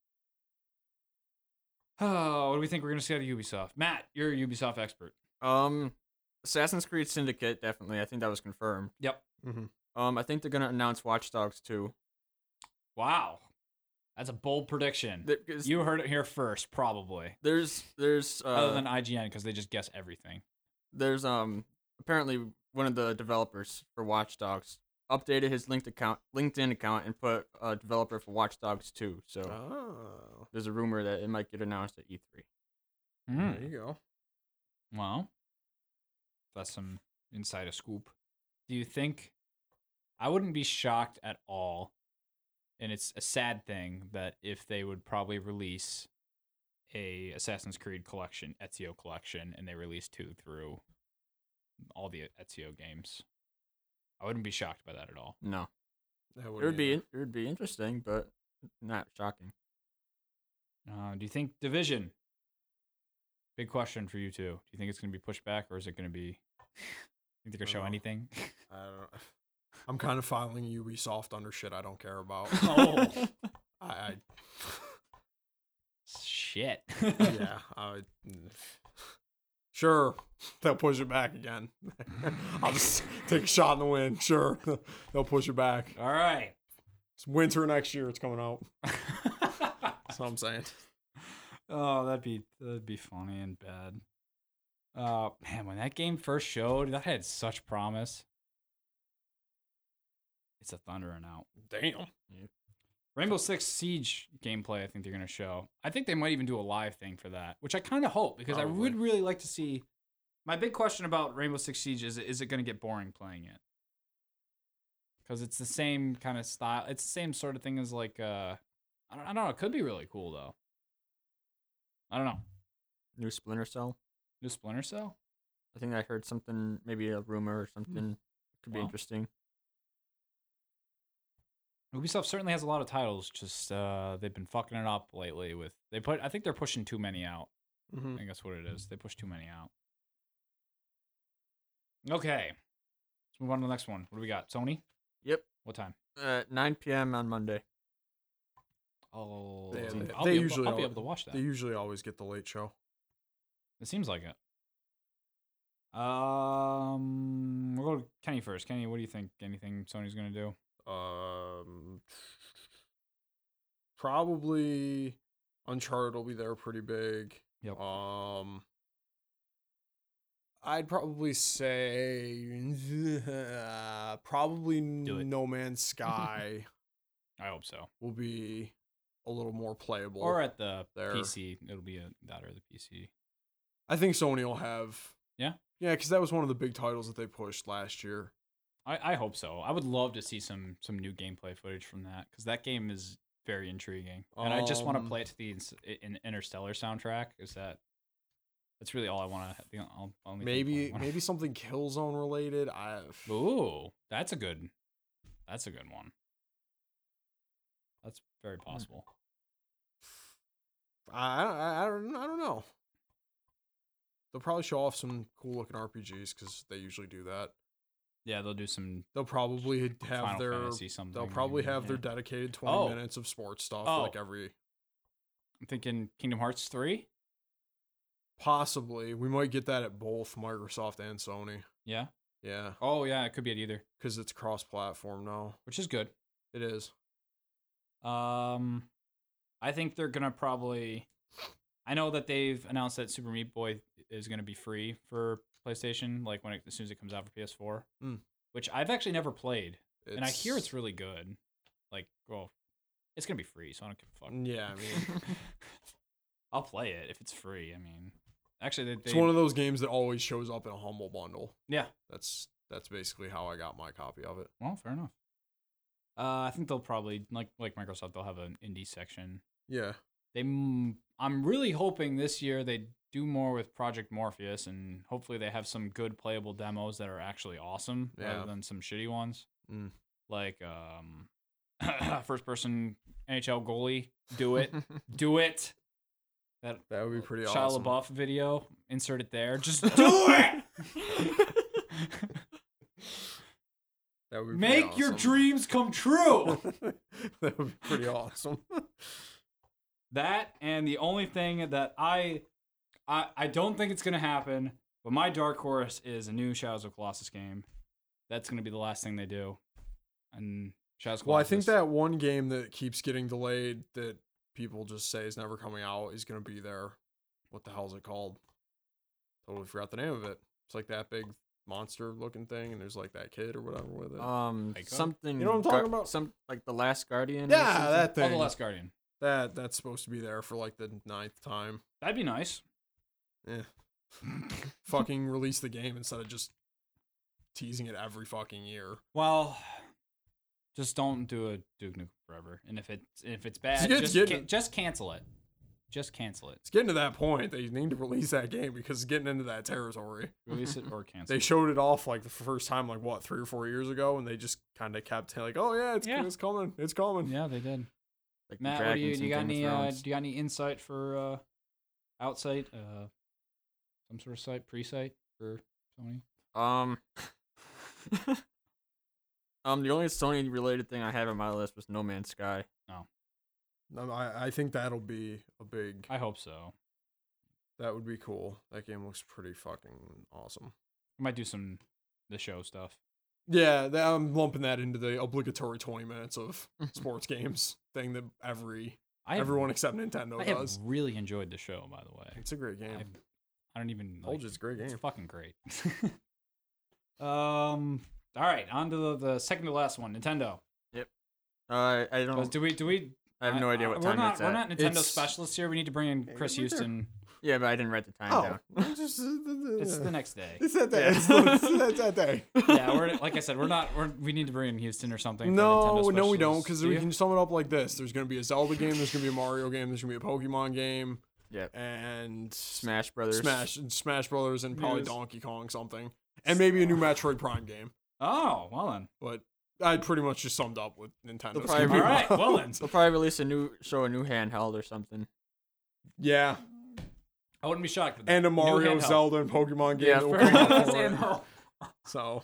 Speaker 2: Oh, what do we think we're gonna see out of Ubisoft? Matt, you're a Ubisoft expert.
Speaker 3: Um, Assassin's Creed Syndicate definitely. I think that was confirmed.
Speaker 1: mhm.
Speaker 3: Um, I think they're gonna announce Watch Dogs too.
Speaker 2: Wow, that's a bold prediction.
Speaker 3: There- 'cause
Speaker 2: you heard it here first, probably.
Speaker 3: there's there's uh,
Speaker 2: Other than IGN, because they just guess everything.
Speaker 3: there's um apparently one of the developers for Watch Dogs updated his linked account LinkedIn account and put a developer for Watch Dogs too. So
Speaker 1: Oh,
Speaker 3: there's a rumor that it might get announced at E E3.
Speaker 2: Hmm.
Speaker 1: there you go.
Speaker 2: Well, that's some insider scoop. Do you think I wouldn't be shocked at all? And it's a sad thing that if they would probably release a Assassin's Creed collection, Ezio collection, and they release two through all the Ezio games. I wouldn't be shocked by that at all.
Speaker 3: No,
Speaker 1: That
Speaker 3: it would
Speaker 1: either.
Speaker 3: be in- it would be interesting, but not shocking.
Speaker 2: Uh, do you think Division? Big question for you two. Do you think it's going to be pushed back, or is it going to be? Think they're going to show
Speaker 1: Oh.
Speaker 2: anything?
Speaker 1: I don't. I'm kind of filing Ubisoft under shit I don't care about.
Speaker 2: Oh.
Speaker 1: I, I
Speaker 2: Shit.
Speaker 1: yeah. I, mm, Sure, they'll push it back again. I'll just take a shot in the wind. Sure, they'll push it back.
Speaker 2: All right.
Speaker 1: It's winter next year. It's coming out. That's what I'm saying.
Speaker 2: oh, that'd be that'd be funny and bad. Uh, man, when that game first showed, that had such promise. It's a thundering out.
Speaker 1: Damn.
Speaker 2: Rainbow Six Siege gameplay. I think they're gonna show. I think they might even do a live thing for that, which I kind of hope because I
Speaker 1: Probably.
Speaker 2: would really like to see. My big question about Rainbow Six Siege is: Is it gonna get boring playing it? Because it's the same kind of style. It's the same sort of thing as like. Uh, I don't, I don't know. It could be really cool though. I don't know.
Speaker 3: New Splinter Cell.
Speaker 2: New Splinter Cell.
Speaker 3: I think I heard something, maybe a rumor or something. Could be
Speaker 2: Hmm. Wow.
Speaker 3: interesting.
Speaker 2: Ubisoft certainly has a lot of titles. Just uh, they've been fucking it up lately. With they put, I think they're pushing too many out.
Speaker 1: Mm-hmm.
Speaker 2: I
Speaker 1: Mm.
Speaker 2: think that's what it is. They push too many out. Okay. Let's move on to the next one. What do we got? Sony?
Speaker 3: Yep.
Speaker 2: What time?
Speaker 3: Uh, 9 p.m. on Monday.
Speaker 2: Oh,
Speaker 1: They- they-
Speaker 2: I'll,
Speaker 1: they
Speaker 2: be
Speaker 1: usually
Speaker 2: able, I'll be
Speaker 1: al-
Speaker 2: able to watch that.
Speaker 1: They usually always get the late show.
Speaker 2: it seems like it. Um, we'll go to Kenny first. Kenny, what do you think? Anything Sony's gonna do?
Speaker 1: Um, probably Uncharted will be there pretty big.
Speaker 2: Yep.
Speaker 1: Um, I'd probably say probably
Speaker 2: it.
Speaker 1: No Man's Sky
Speaker 2: I hope so.
Speaker 1: will be a little more playable.
Speaker 2: Or at the
Speaker 1: there.
Speaker 2: PC, it'll be a that or the PC.
Speaker 1: I think Sony will have.
Speaker 2: Yeah?
Speaker 1: Yeah, because that was one of the big titles that they pushed last year.
Speaker 2: I, I hope so. I would love to see some some new gameplay footage from that because that game is very intriguing, and I just want
Speaker 1: Um,
Speaker 2: to play it to the ins- i- in Interstellar soundtrack. Is that that's really all I want to? I'll, I'll
Speaker 1: Maybe maybe something Killzone related. I
Speaker 2: Ooh, that's a good. That's a good one. That's very
Speaker 1: Hmm.
Speaker 2: possible.
Speaker 1: I, I, I don't I don't know. They'll probably show off some cool looking RPGs because they usually do that.
Speaker 2: Yeah, they'll do some
Speaker 1: They'll probably have
Speaker 2: Final
Speaker 1: their
Speaker 2: Fantasy something.
Speaker 1: they'll probably
Speaker 2: maybe.
Speaker 1: have their
Speaker 2: Yeah.
Speaker 1: dedicated twenty
Speaker 2: Oh.
Speaker 1: minutes of sports stuff
Speaker 2: Oh.
Speaker 1: like every
Speaker 2: I'm thinking Kingdom Hearts three.
Speaker 1: possibly we might get that at both Microsoft and Sony.
Speaker 2: Yeah.
Speaker 1: Yeah,
Speaker 2: Oh yeah, it could be at either,
Speaker 1: because it's cross platform now.
Speaker 2: which is good.
Speaker 1: It is.
Speaker 2: Um, I think they're gonna probably. I know that they've announced that Super Meat Boy is gonna be free for PlayStation, like when it, as soon as it comes out for PS4,
Speaker 1: Mm.
Speaker 2: which I've actually never played,
Speaker 1: It's,
Speaker 2: and I hear it's really good. Like, well, it's gonna be free, so I don't give a fuck.
Speaker 1: yeah. I mean,
Speaker 2: I'll play it if it's free. I mean, actually, they,
Speaker 1: it's
Speaker 2: they-
Speaker 1: one of those games that always shows up in a humble bundle.
Speaker 2: yeah.
Speaker 1: That's that's basically how I got my copy of it.
Speaker 2: Well, fair enough. Uh, I think they'll probably like like Microsoft. They'll have an indie section
Speaker 1: Yeah.
Speaker 2: they m- i'm really hoping this year they do more with project morpheus and hopefully they have some good playable demos that are actually awesome
Speaker 1: Yeah.
Speaker 2: rather than some shitty ones
Speaker 1: Mm.
Speaker 2: like um first person nhl goalie do it do it that
Speaker 1: That would be pretty
Speaker 2: Shia
Speaker 1: awesome.
Speaker 2: LaBeouf video insert it there just do it
Speaker 1: That would be pretty
Speaker 2: make your
Speaker 1: awesome.
Speaker 2: dreams come true
Speaker 1: that would be pretty awesome.
Speaker 2: That and the only thing that I, I, I don't think it's gonna happen. But my dark horse is a new Shadows of Colossus game. That's gonna be the last thing they do. And Shadows of Colossus.
Speaker 1: Well, I think that one game that keeps getting delayed that people just say is never coming out is going to be there. What the hell is it called? Totally forgot the name of it. It's like that big monster looking thing, and there's like that kid or whatever with it.
Speaker 3: um,
Speaker 2: Ico?
Speaker 3: something.
Speaker 1: You know what I'm
Speaker 3: Gar-
Speaker 1: talking about?
Speaker 3: Some like the Last Guardian. or
Speaker 1: yeah,
Speaker 3: something?
Speaker 1: that
Speaker 2: Oh,
Speaker 1: thing.
Speaker 2: the Last Guardian.
Speaker 1: that that's supposed to be there for like the ninth time.
Speaker 2: That'd be nice.
Speaker 1: Yeah. fucking release the game instead of just teasing it every fucking year.
Speaker 2: Well, just don't do a Duke Nukem Forever. And if it's if it's bad,
Speaker 1: It's
Speaker 2: just
Speaker 1: getting-
Speaker 2: can, just cancel it. Just cancel it.
Speaker 1: It's getting to that point. They need to release that game because it's getting into that territory.
Speaker 2: Release it or cancel.
Speaker 1: they
Speaker 2: it.
Speaker 1: showed it off like the first time like what three or four years ago and they just kind of kept like oh yeah it's,
Speaker 2: Yeah.
Speaker 1: it's coming it's coming
Speaker 2: Yeah, they did.
Speaker 3: Like the
Speaker 2: Matt, what do you,
Speaker 3: dragons
Speaker 2: do you got
Speaker 3: and
Speaker 2: any
Speaker 3: Game of
Speaker 2: uh, do
Speaker 3: Thrones.
Speaker 2: you got any insight for uh, outside uh, some sort of site pre site for Sony?
Speaker 3: Um, um, the only Sony related thing I have on my list was No Man's Sky.
Speaker 1: Um, I, I think that'll be a big
Speaker 2: I hope so.
Speaker 1: That would be cool. That game looks pretty fucking awesome.
Speaker 2: I might do some the show stuff.
Speaker 1: Yeah, that, I'm lumping that into the obligatory 20 minutes of sports games thing that every
Speaker 2: I have-
Speaker 1: everyone except Nintendo
Speaker 2: I have
Speaker 1: does.
Speaker 2: really enjoyed the show, by the way.
Speaker 1: It's a great game.
Speaker 2: I've- I don't even.
Speaker 1: Told
Speaker 2: Like,
Speaker 1: you it's a great
Speaker 2: It's
Speaker 1: game.
Speaker 2: fucking great. um. All right, on to the, the second to last one, Nintendo.
Speaker 3: Uh, I don't.
Speaker 2: Do we? Do we?
Speaker 3: I have no idea what
Speaker 2: we're
Speaker 3: time
Speaker 2: not,
Speaker 3: it's
Speaker 2: We're
Speaker 3: at.
Speaker 2: not Nintendo
Speaker 1: It's-
Speaker 2: specialists here. We need to bring in Chris
Speaker 1: we're there.
Speaker 2: Houston.
Speaker 3: Yeah, but I didn't write the time
Speaker 1: Oh.
Speaker 3: down.
Speaker 1: it's
Speaker 2: It's the next day.
Speaker 1: It's that day.
Speaker 3: Yeah.
Speaker 1: It's, the, it's that- that day.
Speaker 2: yeah, we're like I said, we're not. We're, we need to bring in Houston or something. for
Speaker 1: No,
Speaker 2: Nintendo
Speaker 1: no, we don't,
Speaker 2: specialists.
Speaker 1: because
Speaker 2: Do
Speaker 1: we
Speaker 2: you?
Speaker 1: can sum it up like this: There's gonna be a Zelda game, there's gonna be a Mario game, there's gonna be a Pokemon game,
Speaker 3: Yeah.
Speaker 1: and Smash,
Speaker 3: Smash Brothers.
Speaker 1: Smash, and Smash Brothers, and probably
Speaker 2: Yes.
Speaker 1: Donkey Kong something, and maybe a new Metroid Prime game.
Speaker 2: Oh, well then.
Speaker 1: But I pretty much just summed up with Nintendo.
Speaker 3: They'll probably
Speaker 2: All right, well then.
Speaker 3: They'll probably release a new show, a new handheld or something.
Speaker 1: Yeah,
Speaker 2: I wouldn't be shocked. With that.
Speaker 1: and a
Speaker 2: New
Speaker 1: Mario,
Speaker 2: handheld.
Speaker 1: Zelda, and Pokemon game.
Speaker 3: Yeah,
Speaker 1: that will
Speaker 3: for-
Speaker 1: come out for it.
Speaker 2: Handheld.
Speaker 1: So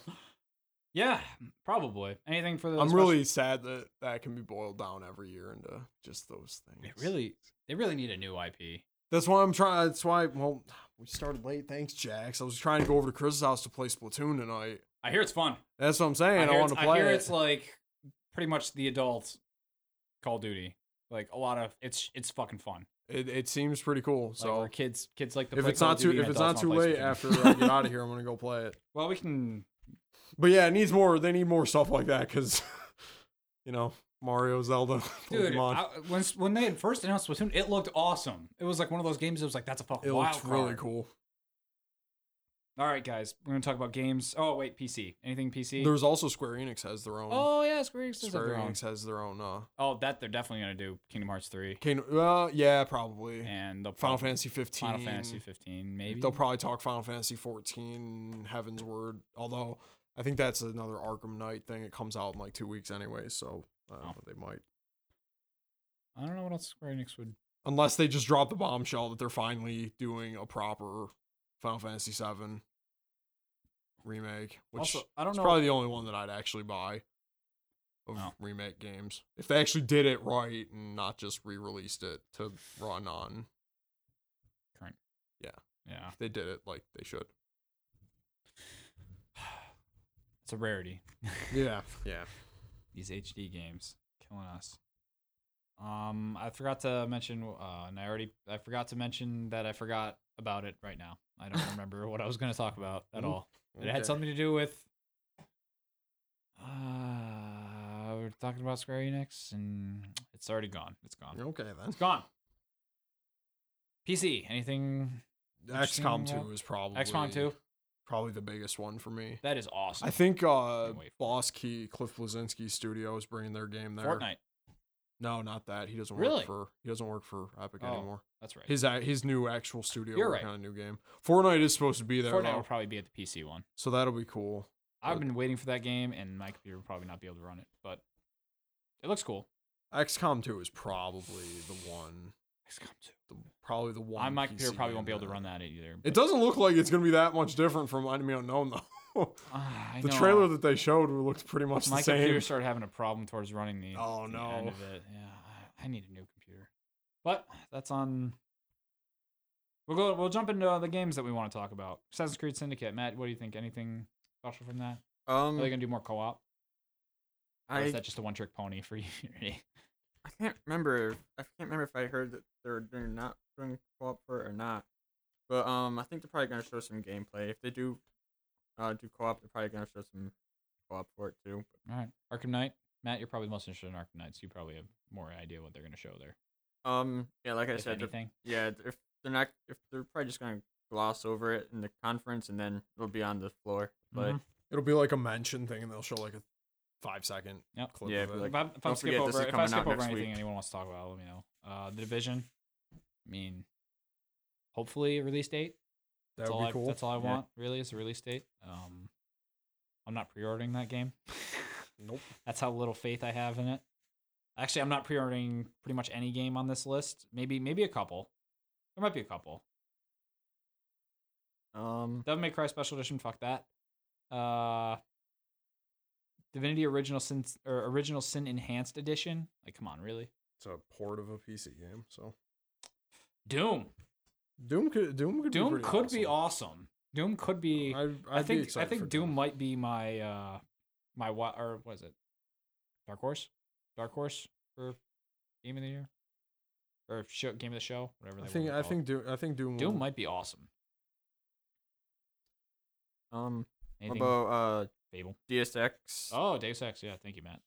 Speaker 2: Yeah, probably. Anything for the
Speaker 1: I'm
Speaker 2: special-
Speaker 1: really sad that that can be boiled down every year into just those things.
Speaker 2: They really they really need a new IP.
Speaker 1: That's why I'm trying. That's why. Well, we started late. Thanks, Jax. I was trying to go over to Chris's house to play Splatoon tonight.
Speaker 2: I hear it's fun.
Speaker 1: That's what I'm
Speaker 2: I,
Speaker 1: saying. I,
Speaker 2: hear
Speaker 1: want to
Speaker 2: it's- I
Speaker 1: play
Speaker 2: hear
Speaker 1: it.
Speaker 2: it's like pretty much the adult Call of Duty. Like a lot of it's it's fucking fun.
Speaker 1: it. It seems pretty cool.
Speaker 2: So
Speaker 1: So
Speaker 2: kids kids like the
Speaker 1: if it's not too if it's not too late after I get out of here, I'm gonna go play it.
Speaker 2: well we can
Speaker 1: But yeah, it needs more. They need more stuff like that because, you know, Mario, Zelda,
Speaker 2: dude
Speaker 1: Pokemon.
Speaker 2: I, when when they had first announced Splatoon it looked awesome. It was like one of those games that was like that's a fucking
Speaker 1: it
Speaker 2: wild
Speaker 1: looks really
Speaker 2: card.
Speaker 1: cool.
Speaker 2: All right guys, we're gonna talk about games. Oh wait, PC. Anything PC?
Speaker 1: There's also Square Enix has their own.
Speaker 2: oh yeah, Square Enix does have
Speaker 1: Square
Speaker 2: their own.
Speaker 1: Enix has their own. Uh,
Speaker 2: Oh that they're definitely gonna do Kingdom Hearts three
Speaker 1: Kingdom, well, yeah, probably.
Speaker 2: and the
Speaker 1: Final Fantasy 15.
Speaker 2: Final Fantasy 15, maybe.
Speaker 1: They'll probably talk Final Fantasy 14, Heaven's Word. Although I think that's another Arkham Knight thing. It comes out in like two weeks anyway, so uh,
Speaker 2: Oh.
Speaker 1: they might.
Speaker 2: I don't know what else Square Enix would.
Speaker 1: Unless they just drop the bombshell that they're finally doing a proper Final Fantasy 7 remake, which
Speaker 2: also, I don't
Speaker 1: is
Speaker 2: know.
Speaker 1: probably the only one that I'd actually buy of
Speaker 2: Oh.
Speaker 1: remake games. If they actually did it right and not just re-released it to run on,
Speaker 2: yeah,
Speaker 1: they did it like they should.
Speaker 2: it's a rarity.
Speaker 1: Yeah, yeah.
Speaker 2: These HD games killing us. Um, I forgot to mention, uh, and I already I forgot to mention that I forgot about it right now. I don't remember what I was going to talk about at
Speaker 1: Mm,
Speaker 2: all. It had
Speaker 1: Okay.
Speaker 2: something to do with. Uh, we are talking about Square Enix, and it's already gone. It's gone.
Speaker 1: Okay then.
Speaker 2: It's gone. PC, anything? Interesting
Speaker 1: XCOM
Speaker 2: about-
Speaker 1: 2 is probably
Speaker 2: XCOM 2?
Speaker 1: probably the biggest one for me.
Speaker 2: That is awesome.
Speaker 1: I think uh,
Speaker 2: Can't wait for
Speaker 1: Boss Key Cliff Blazinski Studio is bringing their game there.
Speaker 2: Fortnite.
Speaker 1: No, not that. He doesn't
Speaker 2: Really?
Speaker 1: work for he doesn't work for Epic
Speaker 2: Oh,
Speaker 1: anymore.
Speaker 2: That's right.
Speaker 1: His a- his new actual studio
Speaker 2: You're
Speaker 1: working
Speaker 2: right.
Speaker 1: on a new game. Fortnite is supposed to be there,
Speaker 2: Fortnite
Speaker 1: though,
Speaker 2: will probably be at the PC one.
Speaker 1: so that'll be cool.
Speaker 2: I've
Speaker 1: But-
Speaker 2: been waiting for that game, and my computer will probably not be able to run it, but it looks cool.
Speaker 1: XCOM 2 is probably the one, the, probably the one.
Speaker 2: I, my
Speaker 1: PC
Speaker 2: computer probably won't be
Speaker 1: game
Speaker 2: able to run that either.
Speaker 1: It doesn't look like it's gonna be that much different from Enemy Unknown though.
Speaker 2: Ah, I
Speaker 1: the
Speaker 2: know.
Speaker 1: trailer that they showed looked pretty much
Speaker 2: my
Speaker 1: the same.
Speaker 2: computer started having a problem towards running the.
Speaker 1: Oh,
Speaker 2: the end
Speaker 1: no.
Speaker 2: of it. Yeah, I, I need a new computer. But that's on. We'll go. We'll jump into the games that we want to talk about. Assassin's Creed Syndicate. Matt, what do you think? Anything special from that? Are
Speaker 1: Mm.
Speaker 2: they
Speaker 3: Um,
Speaker 2: gonna do more co-op? Or
Speaker 3: I,
Speaker 2: is that just a one-trick pony for you?
Speaker 3: I can't remember. if- I can't remember if I heard that they're they're not doing co-op for it or not. But um, I think they're probably gonna show some gameplay. If they do, uh, do co-op, they're probably gonna show some co-op for it too.
Speaker 2: All right, Arkham Knight. Matt, you're probably most interested in Arkham Knight, so you probably have more idea what they're gonna show there.
Speaker 3: Um, yeah, like I
Speaker 2: if
Speaker 3: said, they're-
Speaker 2: anything.
Speaker 3: yeah, if they're not, if they're probably just gonna gloss over it in the conference and then it'll be on the floor. But
Speaker 2: Mhm.
Speaker 1: It'll be like a mention thing, and they'll show like a five second
Speaker 2: Yep.
Speaker 1: clip.
Speaker 3: Yeah,
Speaker 1: of
Speaker 3: it'd
Speaker 1: it.
Speaker 3: be like,
Speaker 2: if I'm, if I'm
Speaker 3: don't
Speaker 2: skip
Speaker 3: forget this
Speaker 2: over, if
Speaker 3: is
Speaker 2: I
Speaker 3: coming
Speaker 2: skip
Speaker 3: out
Speaker 2: over
Speaker 3: next
Speaker 2: anything
Speaker 3: week.
Speaker 2: anyone wants to talk about, let me know. Uh, the division. I mean, hopefully a release date.
Speaker 1: that
Speaker 2: That's
Speaker 1: would
Speaker 2: all
Speaker 1: be cool.
Speaker 2: I, that's all I
Speaker 3: Yeah.
Speaker 2: want. Really, is a release date. Um, I'm not pre-ordering that game.
Speaker 1: Nope.
Speaker 2: That's how little faith I have in it. Actually, I'm not pre-ordering pretty much any game on this list. Maybe maybe a couple. There might be a couple. Mm-hmm.
Speaker 3: um,
Speaker 2: Devil May Cry Special Edition. Fuck that. Uh, Divinity Original Sin or Original Sin Enhanced Edition. Like, come on, really?
Speaker 1: It's a port of a PC game, so
Speaker 2: Doom.
Speaker 1: Doom could Doom could be
Speaker 2: Doom
Speaker 1: pretty
Speaker 2: could
Speaker 1: awesome.
Speaker 2: be awesome. Doom could be.
Speaker 1: I, I'd
Speaker 2: I
Speaker 1: be
Speaker 2: think I
Speaker 1: excited for
Speaker 2: think Doom might be my uh my what or was it Dark Horse? Dark Horse for game of the year or show, game of the show, whatever.
Speaker 1: I
Speaker 2: They
Speaker 1: think I
Speaker 2: want to
Speaker 1: think Doom I think Doom
Speaker 2: Doom
Speaker 1: will-
Speaker 2: might be awesome.
Speaker 3: Um, what
Speaker 2: Anything
Speaker 3: about uh
Speaker 2: Fable?
Speaker 3: DSX?
Speaker 2: Oh, Deus Ex. Yeah, thank you, Matt.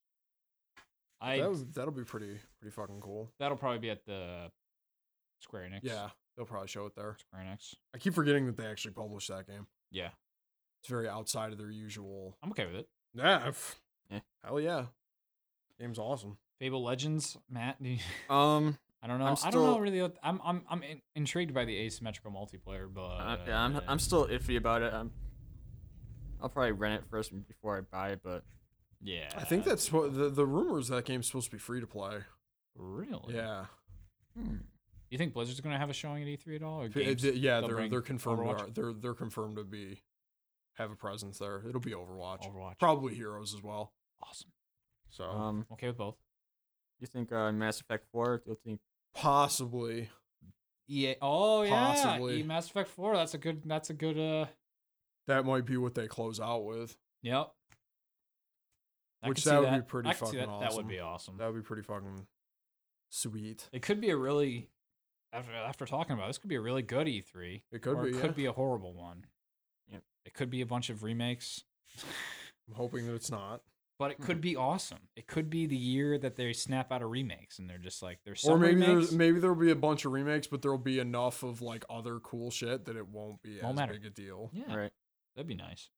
Speaker 2: I
Speaker 1: that would, that'll be pretty pretty fucking cool.
Speaker 2: that'll probably be at the Square Enix.
Speaker 1: Yeah, they'll probably show it there.
Speaker 2: Square Enix.
Speaker 1: I keep forgetting that they actually published that game.
Speaker 2: Yeah,
Speaker 1: It's very outside of their usual.
Speaker 2: I'm okay with it.
Speaker 1: Yeah, pff,
Speaker 3: Yeah.
Speaker 1: hell yeah, game's awesome.
Speaker 2: Fable Legends, Matt. Do you,
Speaker 3: Um,
Speaker 2: I don't know.
Speaker 3: I'm
Speaker 2: I don't know
Speaker 3: still-
Speaker 2: really. What, I'm I'm I'm in, intrigued by the asymmetrical multiplayer, but
Speaker 3: I, Uh, yeah, I'm I'm still iffy about it. I'm, I'll probably rent it first before I buy it, but
Speaker 2: yeah.
Speaker 1: I think that's what the the rumors that game's supposed to be free to play.
Speaker 2: really.
Speaker 1: Yeah,
Speaker 2: You think Blizzard's gonna have a showing at E3 at all? Or
Speaker 1: P- it-
Speaker 2: games?
Speaker 1: th- yeah,
Speaker 2: they'll
Speaker 1: they're
Speaker 2: bring
Speaker 1: they're confirmed. to-
Speaker 2: Overwatch?
Speaker 1: they're they're confirmed to be have a presence there. It'll be Overwatch,
Speaker 2: Overwatch.
Speaker 1: probably Heroes as well.
Speaker 2: Awesome.
Speaker 1: So
Speaker 3: um,
Speaker 2: Okay with both.
Speaker 3: you think uh Mass Effect Four? Do you think
Speaker 1: possibly
Speaker 2: EA. Oh yeah.
Speaker 1: Possibly.
Speaker 2: E Mass Effect Four. That's a good. That's a good. Uh.
Speaker 1: that might be what they close out with.
Speaker 2: Yep. I
Speaker 1: Which
Speaker 2: could see
Speaker 1: that would be pretty
Speaker 2: I could see
Speaker 1: fucking
Speaker 2: that. That would
Speaker 1: awesome.
Speaker 2: be awesome.
Speaker 1: That would be pretty fucking sweet.
Speaker 2: It could be a really. After after talking about it, this, could be a really good E3.
Speaker 1: It could
Speaker 2: or
Speaker 1: be.
Speaker 2: It
Speaker 1: yeah.
Speaker 2: could be a horrible one.
Speaker 3: Yep.
Speaker 2: It could be a bunch of remakes.
Speaker 1: I'm hoping that it's not.
Speaker 2: but it
Speaker 1: Mm-hmm.
Speaker 2: could be awesome. It could be the year that they snap out of remakes and they're just like there's some
Speaker 1: or maybe
Speaker 2: remakes.
Speaker 1: there's maybe there'll be a bunch of remakes, but there'll be enough of like other cool shit that it won't be
Speaker 2: Won't
Speaker 1: as
Speaker 2: matter.
Speaker 1: big a deal.
Speaker 2: yeah,
Speaker 3: right?
Speaker 2: that'd be nice.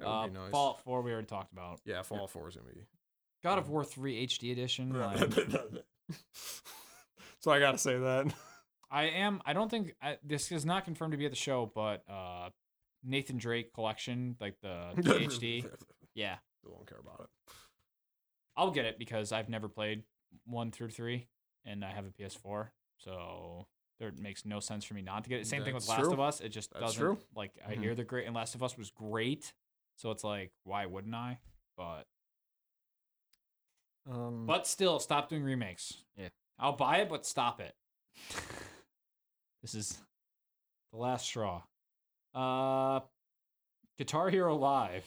Speaker 1: That would
Speaker 2: uh,
Speaker 1: be nice.
Speaker 2: Fallout 4 we already talked about.
Speaker 1: yeah, Fallout Four is gonna be.
Speaker 2: God
Speaker 1: Mm-hmm.
Speaker 2: of War 3 HD edition. like,
Speaker 1: so I gotta say that.
Speaker 2: I am. I don't think I, this is not confirmed to be at the show, but uh, Nathan Drake collection, like the, the HD. Yeah,
Speaker 1: They won't care about it.
Speaker 2: I'll get it because I've never played one through three, and I have a PS4, so there it makes no sense for me not to get it. Same thing with
Speaker 1: That's
Speaker 2: Last
Speaker 1: true.
Speaker 2: of Us; it just
Speaker 1: That's
Speaker 2: doesn't.
Speaker 1: true. Mm-hmm.
Speaker 2: Like I
Speaker 3: Mhm.
Speaker 2: hear the great, and Last of Us was great, so it's like, why wouldn't I? But
Speaker 1: Mm.
Speaker 3: Um,
Speaker 2: but still, stop doing remakes.
Speaker 3: Yeah.
Speaker 2: I'll buy it, but stop it. this is the last straw. Uh, Guitar Hero Live.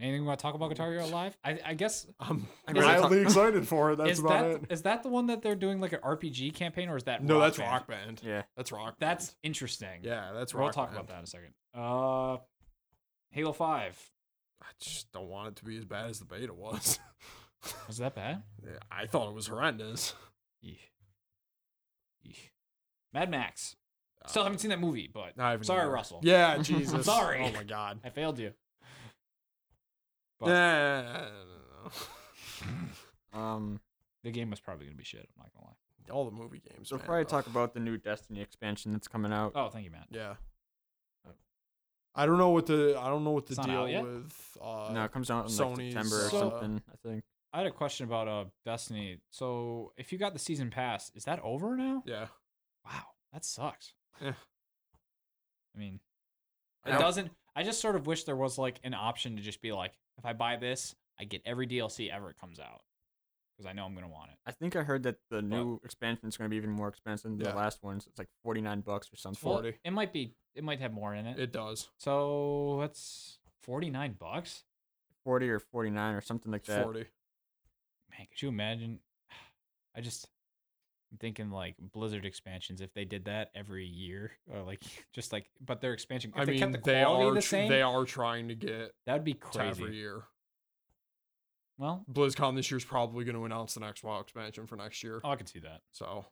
Speaker 2: Anything we want to talk about Guitar Hero Live? I, I guess
Speaker 1: I'm
Speaker 3: I'm
Speaker 2: really
Speaker 1: wildly
Speaker 3: talk-
Speaker 1: excited for it. That's
Speaker 2: is
Speaker 1: about
Speaker 2: that
Speaker 1: it.
Speaker 2: is that the one that they're doing like an RPG campaign, or is that
Speaker 1: No, that's
Speaker 2: Band?
Speaker 1: Rock Band.
Speaker 3: Yeah.
Speaker 1: That's Rock.
Speaker 2: That's
Speaker 1: Band.
Speaker 2: interesting.
Speaker 1: yeah, that's
Speaker 2: we'll
Speaker 1: Rock.
Speaker 2: talk about
Speaker 1: Band.
Speaker 2: that in a second. Uh, Halo Five
Speaker 1: I just don't want it to be as bad as the beta was.
Speaker 2: was that bad?
Speaker 1: Yeah, I thought it was horrendous.
Speaker 2: Eeh. Eeh. Mad Max. Still
Speaker 1: Uh,
Speaker 2: haven't seen that movie, but
Speaker 1: I haven't
Speaker 2: sorry,
Speaker 1: either.
Speaker 2: Russell.
Speaker 1: Yeah, Jesus.
Speaker 2: sorry.
Speaker 1: Oh my god.
Speaker 2: I failed you. But-
Speaker 1: Yeah, I don't know.
Speaker 3: um,
Speaker 2: The game was probably gonna be shit. I'm not gonna lie.
Speaker 1: all the movie games.
Speaker 3: so we'll
Speaker 1: man. uh,
Speaker 3: probably
Speaker 1: Ugh.
Speaker 3: talk about the new Destiny expansion that's coming out.
Speaker 2: Oh, thank you, Matt.
Speaker 1: Yeah. I don't know what the I don't know what the
Speaker 2: Oh. It's not
Speaker 1: deal
Speaker 2: out yet?
Speaker 1: with uh
Speaker 3: no, it comes out in like
Speaker 1: Sony's,
Speaker 3: September or
Speaker 2: So-
Speaker 3: something. I think.
Speaker 2: I had a question about uh Destiny. So if you got the season pass, is that over now?
Speaker 1: yeah.
Speaker 2: Wow, that sucks.
Speaker 1: Yeah.
Speaker 2: I mean,
Speaker 1: I
Speaker 2: it
Speaker 1: don't-
Speaker 2: doesn't. I just sort of wish there was like an option to just be like, if I buy this, I get every DLC ever it comes out because I know I'm gonna want it.
Speaker 3: I think I heard that the new expansion is going to be even more expensive than
Speaker 1: Yeah.
Speaker 3: the last one. So it's like forty nine bucks or something.
Speaker 2: Well,
Speaker 1: 40.
Speaker 2: it might be. It might have more in it.
Speaker 1: It does.
Speaker 2: so that's forty nine bucks.
Speaker 3: Forty or forty nine or something like that.
Speaker 1: Forty.
Speaker 2: Man, could you imagine? I just. I'm thinking like Blizzard expansions. If they did that every year, or like just like, but their expansion. If
Speaker 1: I
Speaker 2: they
Speaker 1: mean,
Speaker 2: kept the
Speaker 1: they
Speaker 2: quality
Speaker 1: are
Speaker 2: the
Speaker 1: tr-
Speaker 2: same.
Speaker 1: they are trying to get
Speaker 2: that would be
Speaker 1: to every
Speaker 2: crazy.
Speaker 1: year.
Speaker 2: Well,
Speaker 1: BlizzCon this year's probably going to announce the next WoW expansion for next year.
Speaker 2: oh, I can see that.
Speaker 1: So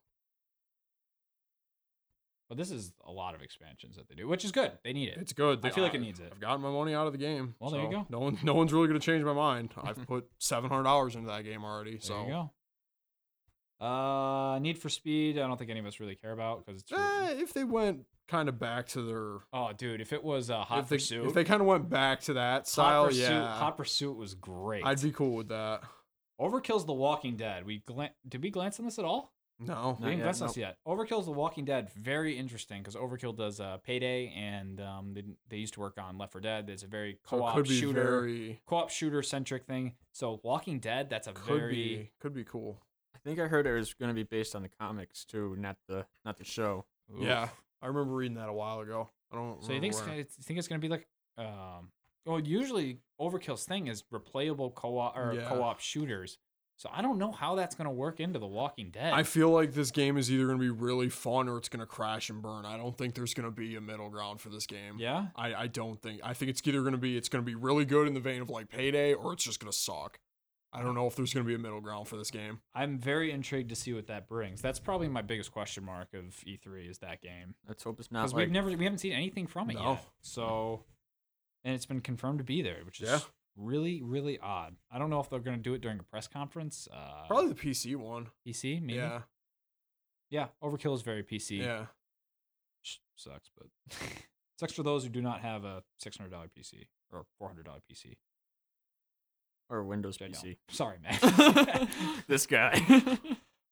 Speaker 2: But this is a lot of expansions that they do, which is good. They need it.
Speaker 1: it's good.
Speaker 2: I feel like it
Speaker 1: I-
Speaker 2: needs it.
Speaker 1: I've gotten my money out of the game.
Speaker 2: Well, there you
Speaker 1: so
Speaker 2: go.
Speaker 1: No one, no one's really going to change my mind. I've put seven hundred dollars into that game already.
Speaker 2: There
Speaker 1: so
Speaker 2: you go. Uh, Need for Speed. I don't think any of us really care about because it's. for-
Speaker 1: Eh, if they went kind of back to their
Speaker 2: oh, dude! If it was uh, Hot
Speaker 1: if they,
Speaker 2: Pursuit,
Speaker 1: if they kind of went back to that
Speaker 2: Hot
Speaker 1: style,
Speaker 2: Pursuit,
Speaker 1: yeah,
Speaker 2: Hot Pursuit was great.
Speaker 1: I'd be cool with that.
Speaker 2: Overkill's The Walking Dead. We glan- did we glance on this at all?
Speaker 1: No,
Speaker 2: we
Speaker 3: Not
Speaker 2: didn't
Speaker 3: yet,
Speaker 2: glance on
Speaker 3: nope.
Speaker 2: this yet. Overkill's The Walking Dead. Very interesting because Overkill does uh, Payday, and um, they, they used to work on Left 4 Dead. It's a very
Speaker 1: So it
Speaker 2: co-op
Speaker 1: could be
Speaker 2: shooter,
Speaker 1: very
Speaker 2: co-op shooter centric thing. So Walking Dead, that's a
Speaker 1: could
Speaker 2: very
Speaker 1: be could be cool.
Speaker 3: I think I heard it was going to be based on the comics too, not the not the show.
Speaker 1: Yeah,
Speaker 2: Oof.
Speaker 1: I remember reading that a while ago. I don't.
Speaker 2: So you
Speaker 1: remember
Speaker 2: think it's
Speaker 1: where.
Speaker 2: gonna, you think it's gonna be like um well usually Overkill's thing is replayable co-op or
Speaker 1: Yeah.
Speaker 2: co-op shooters. So I don't know how that's gonna work into The Walking Dead.
Speaker 1: I feel like this game is either going to be really fun or it's going to crash and burn. I don't think there's going to be a middle ground for this game.
Speaker 2: yeah.
Speaker 1: I, I don't think. I think it's either going to be it's going to be really good in the vein of like Payday or it's just going to suck. I don't know if there's going to be a middle ground for this game.
Speaker 2: I'm very intrigued to see what that brings. That's probably my biggest question mark of E3 is that game
Speaker 3: Let's hope it's not
Speaker 2: because
Speaker 3: like
Speaker 2: we've never we haven't seen anything from it
Speaker 1: No.
Speaker 2: yet. So and it's been confirmed to be there, which is
Speaker 1: Yeah.
Speaker 2: really really odd. I don't know if they're gonna do it during a press conference. Uh,
Speaker 1: Probably the PC one.
Speaker 2: PC maybe.
Speaker 1: Yeah.
Speaker 2: Yeah, Overkill is very PC.
Speaker 1: Yeah.
Speaker 2: which sucks, but sucks for those who do not have a six hundred dollar PC or four hundred dollar PC.
Speaker 3: or Windows
Speaker 2: which I don't.
Speaker 3: PC.
Speaker 2: Sorry, man.
Speaker 3: this guy.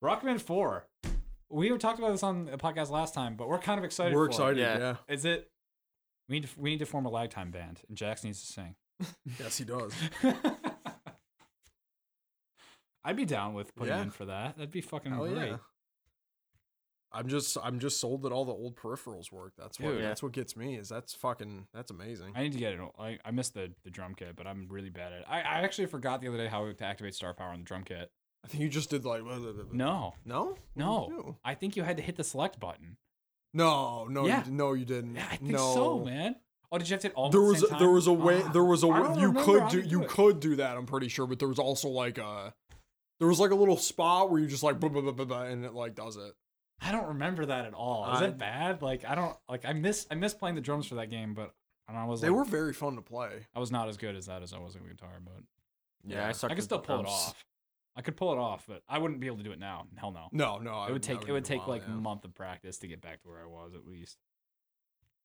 Speaker 2: Rockman Four. We were talked about this on the podcast last time, but we're kind of excited.
Speaker 1: We're
Speaker 2: for it.
Speaker 1: excited.
Speaker 3: Yeah.
Speaker 1: Yeah.
Speaker 2: Is it? We need to, we need to form a lag time band, and Jax needs to sing.
Speaker 1: Yes, he does.
Speaker 2: I'd be down with putting
Speaker 1: Yeah.
Speaker 2: in for that. That'd be fucking
Speaker 1: Hell
Speaker 2: great.
Speaker 1: yeah. I'm just I'm just sold that all the old peripherals work. That's what
Speaker 2: Dude.
Speaker 1: that's what gets me. Is that's fucking that's amazing.
Speaker 2: I need to get it. I, I missed the, the drum kit, but I'm really bad at it. I, I actually forgot the other day how to activate star power on the drum kit.
Speaker 1: I think you just did like blah, blah, blah, blah.
Speaker 2: No,
Speaker 1: no What did you
Speaker 2: No.
Speaker 1: do?
Speaker 2: I think you had to hit the select button.
Speaker 1: no no
Speaker 2: Yeah.
Speaker 1: you, d- no you didn't.
Speaker 2: Yeah, I think
Speaker 1: no.
Speaker 2: so, man. Oh, did you have to hit all?
Speaker 1: There
Speaker 2: at the
Speaker 1: was
Speaker 2: same time?
Speaker 1: there was a way
Speaker 2: Ah,
Speaker 1: there was a
Speaker 2: I
Speaker 1: way
Speaker 2: don't
Speaker 1: you
Speaker 2: remember
Speaker 1: could
Speaker 2: how
Speaker 1: do
Speaker 2: to
Speaker 1: you
Speaker 2: it.
Speaker 1: could do that. I'm pretty sure, but there was also like a there was like a little spot where you just like blah, blah, blah, blah, blah, and it like does it.
Speaker 2: I don't remember that at all. Is
Speaker 1: I-
Speaker 2: that bad? Like I don't like I miss I miss playing the drums for that game, but I don't know, I was
Speaker 1: They
Speaker 2: like,
Speaker 1: were very fun to play.
Speaker 2: I was not as good as that as I was at guitar, but
Speaker 3: yeah, I, suck
Speaker 2: I could still pull it off. I could pull it off, but I wouldn't be able to do it now. Hell no.
Speaker 1: No no I
Speaker 2: it would
Speaker 1: that
Speaker 2: take it would
Speaker 1: be a
Speaker 2: take
Speaker 1: while,
Speaker 2: like a
Speaker 1: yeah.
Speaker 2: month of practice to get back to where I was at least.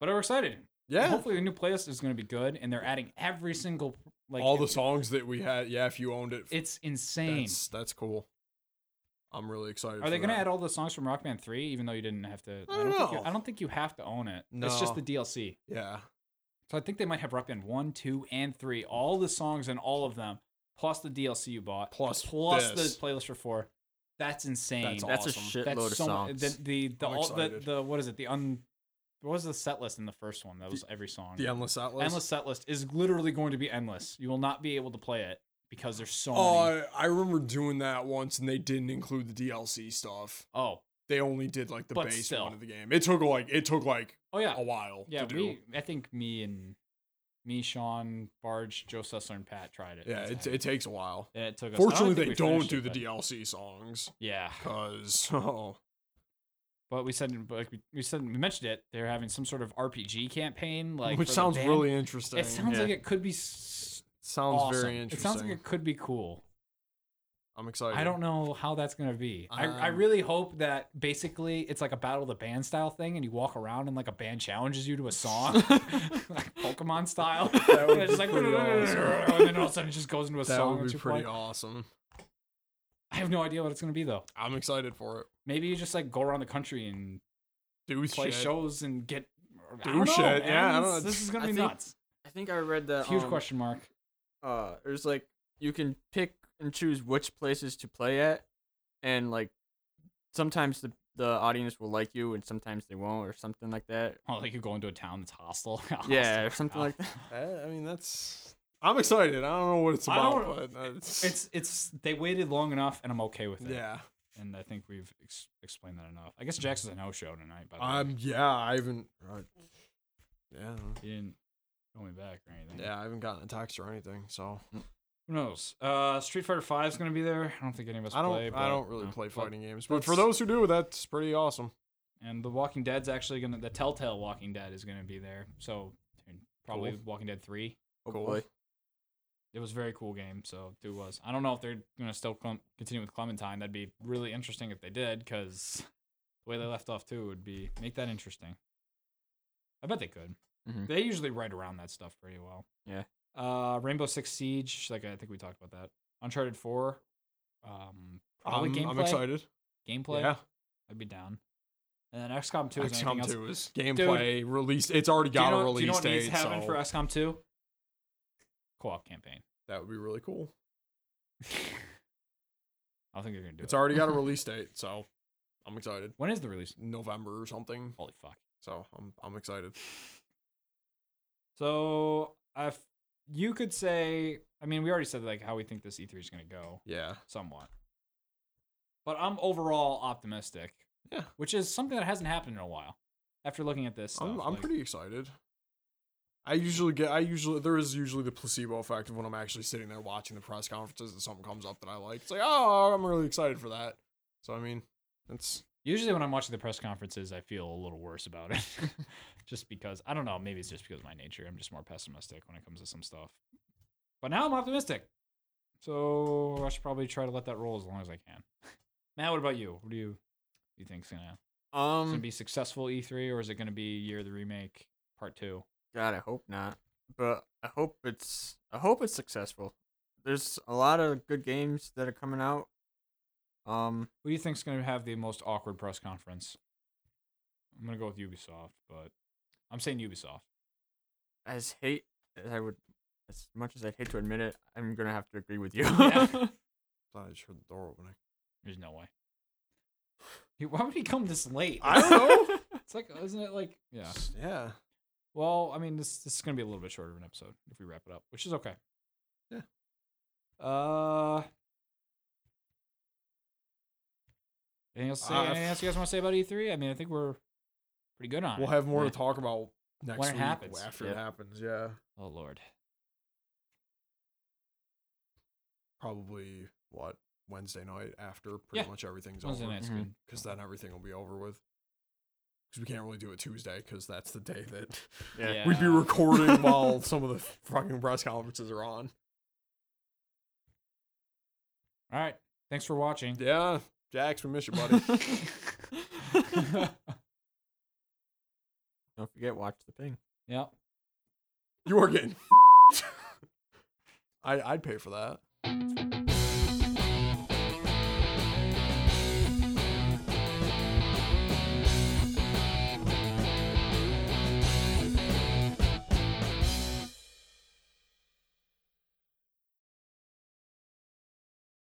Speaker 2: But I'm excited.
Speaker 1: yeah.
Speaker 2: Hopefully the new playlist is going to be good, and they're adding every single like
Speaker 1: all the songs that we had. Yeah, if you owned it,
Speaker 2: It's insane.
Speaker 1: that's that's cool. I'm really excited.
Speaker 2: Are they
Speaker 1: going
Speaker 2: going to add all the songs from Rock Band 3, even though you didn't have to?
Speaker 1: I don't
Speaker 2: think you,
Speaker 1: know.
Speaker 2: I don't think you have to own it. It's just
Speaker 1: No.
Speaker 2: the DLC.
Speaker 1: Yeah,
Speaker 2: So I think they might have Rock Band 1, 2, and 3, all the songs and all of them, plus the DLC you bought,
Speaker 1: Plus
Speaker 2: plus
Speaker 1: this.
Speaker 2: the playlist for 4. That's insane.
Speaker 1: That's all.
Speaker 3: That's
Speaker 1: Awesome.
Speaker 3: a shitload
Speaker 2: That's
Speaker 3: of
Speaker 2: so mu-
Speaker 3: songs.
Speaker 2: The, the, the,
Speaker 1: I'm
Speaker 2: all, the,
Speaker 1: excited.
Speaker 2: the, what is it? The un. What was the set list in the first one? That was every song.
Speaker 1: the endless atlas.
Speaker 2: endless set list is literally going to be endless. You will not be able to play it because there's so
Speaker 1: Oh,
Speaker 2: many.
Speaker 1: I, I remember doing that once, and they didn't include the DLC stuff.
Speaker 2: Oh,
Speaker 1: They only did like the
Speaker 2: But
Speaker 1: base
Speaker 2: still.
Speaker 1: one of the game. It took like it took like
Speaker 2: oh yeah.
Speaker 1: a while.
Speaker 2: Yeah,
Speaker 1: to do.
Speaker 2: we. I think me and me, Sean, Barge, Joe Sussler, and Pat tried it.
Speaker 1: yeah,
Speaker 2: one
Speaker 1: it,
Speaker 2: time.
Speaker 1: it takes a while.
Speaker 2: And it took us. I don't
Speaker 1: Fortunately,
Speaker 2: think
Speaker 1: they
Speaker 2: we
Speaker 1: don't
Speaker 2: finished
Speaker 1: do
Speaker 2: it,
Speaker 1: the
Speaker 2: but-
Speaker 1: DLC songs
Speaker 2: Yeah,
Speaker 1: because oh
Speaker 2: but we said, but like we- we said, we mentioned it. They're having some sort of RPG campaign, like
Speaker 1: which
Speaker 2: for the
Speaker 1: sounds
Speaker 2: band.
Speaker 1: really interesting.
Speaker 2: It sounds
Speaker 3: Yeah.
Speaker 2: like it could be s-
Speaker 1: sounds
Speaker 2: awesome.
Speaker 1: very interesting.
Speaker 2: It sounds like it could be cool.
Speaker 1: I'm excited.
Speaker 2: I don't know how that's gonna be. I, I
Speaker 1: Um,
Speaker 2: really hope that basically it's like a battle of the band style thing, and you walk around and like a band challenges you to a song, like Pokemon style.
Speaker 1: That would
Speaker 2: And it's
Speaker 1: be
Speaker 2: just like,
Speaker 1: pretty awesome.
Speaker 2: and then all of a sudden it just goes into a
Speaker 1: That
Speaker 2: song.
Speaker 1: would
Speaker 2: that
Speaker 1: be
Speaker 2: you
Speaker 1: pretty
Speaker 2: play.
Speaker 1: awesome.
Speaker 2: I have no idea what it's gonna be though.
Speaker 1: I'm excited for it.
Speaker 2: Maybe you just like go around the country and
Speaker 1: Do
Speaker 2: play
Speaker 1: shit.
Speaker 2: shows and get I
Speaker 1: Do
Speaker 2: don't know,
Speaker 1: shit,
Speaker 2: man.
Speaker 1: yeah, I don't know.
Speaker 2: This is gonna
Speaker 3: I
Speaker 2: be
Speaker 3: think-
Speaker 2: nuts.
Speaker 3: I think I read that.
Speaker 2: Huge
Speaker 3: um,
Speaker 2: question mark.
Speaker 3: Uh, it was like you can pick and choose which places to play at, and like sometimes the the audience will like you and sometimes they won't or something like that.
Speaker 2: Oh, like you go into a town that's hostile.
Speaker 3: Yeah,
Speaker 2: Hostile.
Speaker 3: or something like that.
Speaker 1: Uh, I, I mean, that's. I'm excited. I don't know what it's
Speaker 2: I
Speaker 1: about,
Speaker 2: don't-
Speaker 1: but it's,
Speaker 2: It's it's they waited long enough, and I'm okay with it.
Speaker 1: yeah.
Speaker 2: and I think we've ex- explained that enough. I guess Jax is a no show tonight, by the way.
Speaker 1: Um. Yeah. I haven't. Uh, yeah. I dunno.
Speaker 2: He didn't call me back or anything.
Speaker 1: Yeah. I haven't gotten a text or anything, so
Speaker 2: Who knows? Uh, Street Fighter Five is gonna be there. I don't think any of us
Speaker 1: I don't.
Speaker 2: play.
Speaker 1: I
Speaker 2: but-
Speaker 1: don't really
Speaker 2: no,
Speaker 1: play
Speaker 2: but-
Speaker 1: fighting games, but for
Speaker 2: that's-
Speaker 1: those who do, that's pretty awesome.
Speaker 2: And The Walking Dead's actually gonna. The Telltale Walking Dead is gonna be there. So and probably
Speaker 1: Cool.
Speaker 2: Walking Dead Three.
Speaker 3: Hopefully.
Speaker 2: It was a very cool game. So it was. I don't know if they're gonna still clum- continue with Clementine. That'd be really interesting if they did, because the way they left off too would be make that interesting. I bet they could.
Speaker 1: Mm-hmm.
Speaker 3: Mhm.
Speaker 2: They usually write around that stuff pretty well.
Speaker 3: Yeah.
Speaker 2: Uh, Rainbow Six Siege, like I think we talked about that. Uncharted Four, um, probably
Speaker 1: I'm,
Speaker 2: gameplay.
Speaker 1: I'm excited.
Speaker 2: Gameplay,
Speaker 1: Yeah.
Speaker 2: I'd be down. And then XCOM Two is anything
Speaker 1: XCOM
Speaker 2: else.
Speaker 1: 2 is gameplay released. It's already
Speaker 2: Do you
Speaker 1: got
Speaker 2: know,
Speaker 1: a
Speaker 2: do you know
Speaker 1: release
Speaker 2: what needs
Speaker 1: date,
Speaker 2: to happen
Speaker 1: so
Speaker 2: for XCOM Two? Co-op campaign.
Speaker 1: that would be really cool.
Speaker 2: I don't think they're gonna do
Speaker 1: It's
Speaker 2: it.
Speaker 1: already got a release date, so I'm excited.
Speaker 2: when is the release?
Speaker 1: November or something.
Speaker 2: Holy fuck!
Speaker 1: So I'm I'm excited.
Speaker 2: So if you could say, I mean, we already said like how we think this E3 is going to go
Speaker 1: Yeah.
Speaker 2: somewhat, but I'm overall optimistic.
Speaker 1: Yeah.
Speaker 2: which is something that hasn't happened in a while. After looking at this, stuff,
Speaker 1: I'm I'm
Speaker 2: like-
Speaker 1: pretty excited. I usually get I usually there is usually the placebo effect of when I'm actually sitting there watching the press conferences and something comes up that I like. It's like, oh, I'm really excited for that. So I mean, it's
Speaker 2: Usually, when I'm watching the press conferences, I feel a little worse about it, just because I don't know. Maybe it's just because of my nature. I'm just more pessimistic when it comes to some stuff. But now I'm optimistic, so I should probably try to let that roll as long as I can. Matt, what about you? What do you do you think's gonna happen? Is it
Speaker 3: Um,
Speaker 2: gonna be successful E3, or is it gonna be year of the remake part two?
Speaker 3: God, I hope not. But I hope it's I hope it's successful. There's a lot of good games that are coming out. Um,
Speaker 2: Who do you think's gonna have the most awkward press conference? I'm gonna go with Ubisoft, but I'm saying Ubisoft.
Speaker 3: as hate as I would, as much as I hate to admit it, I'm gonna have to agree with you.
Speaker 2: Yeah.
Speaker 1: I just heard the door opening.
Speaker 2: There's no way. He- Why would he come this late?
Speaker 1: I don't know.
Speaker 2: It's like, isn't it like, yeah.
Speaker 1: yeah.
Speaker 2: Well, I mean, this this is gonna be a little bit shorter of an episode if we wrap it up, which is okay.
Speaker 1: Yeah.
Speaker 2: Uh. Anything else, to say,
Speaker 1: Uh,
Speaker 2: anything else you guys want to say about E3? I mean, I think we're pretty good on
Speaker 1: We'll
Speaker 2: it.
Speaker 1: have more
Speaker 3: Yeah.
Speaker 1: to talk about next
Speaker 2: When it
Speaker 1: week
Speaker 2: happens.
Speaker 1: after
Speaker 3: Yep.
Speaker 1: it happens. Yeah.
Speaker 2: oh Lord,
Speaker 1: Probably what Wednesday night after pretty
Speaker 2: Yeah.
Speaker 1: much everything's
Speaker 2: Wednesday
Speaker 1: over.
Speaker 2: night's
Speaker 3: Mhm.
Speaker 2: good.
Speaker 1: because then everything will be over with. Because we can't really do it Tuesday because that's the day that we'd be
Speaker 2: Yeah.
Speaker 1: recording while some of the fucking press conferences are on.
Speaker 2: All right. Thanks for watching.
Speaker 1: Yeah, Jax, we miss you, buddy.
Speaker 3: Don't forget, watch the ping.
Speaker 2: yep.
Speaker 1: you are getting. I I'd pay for that.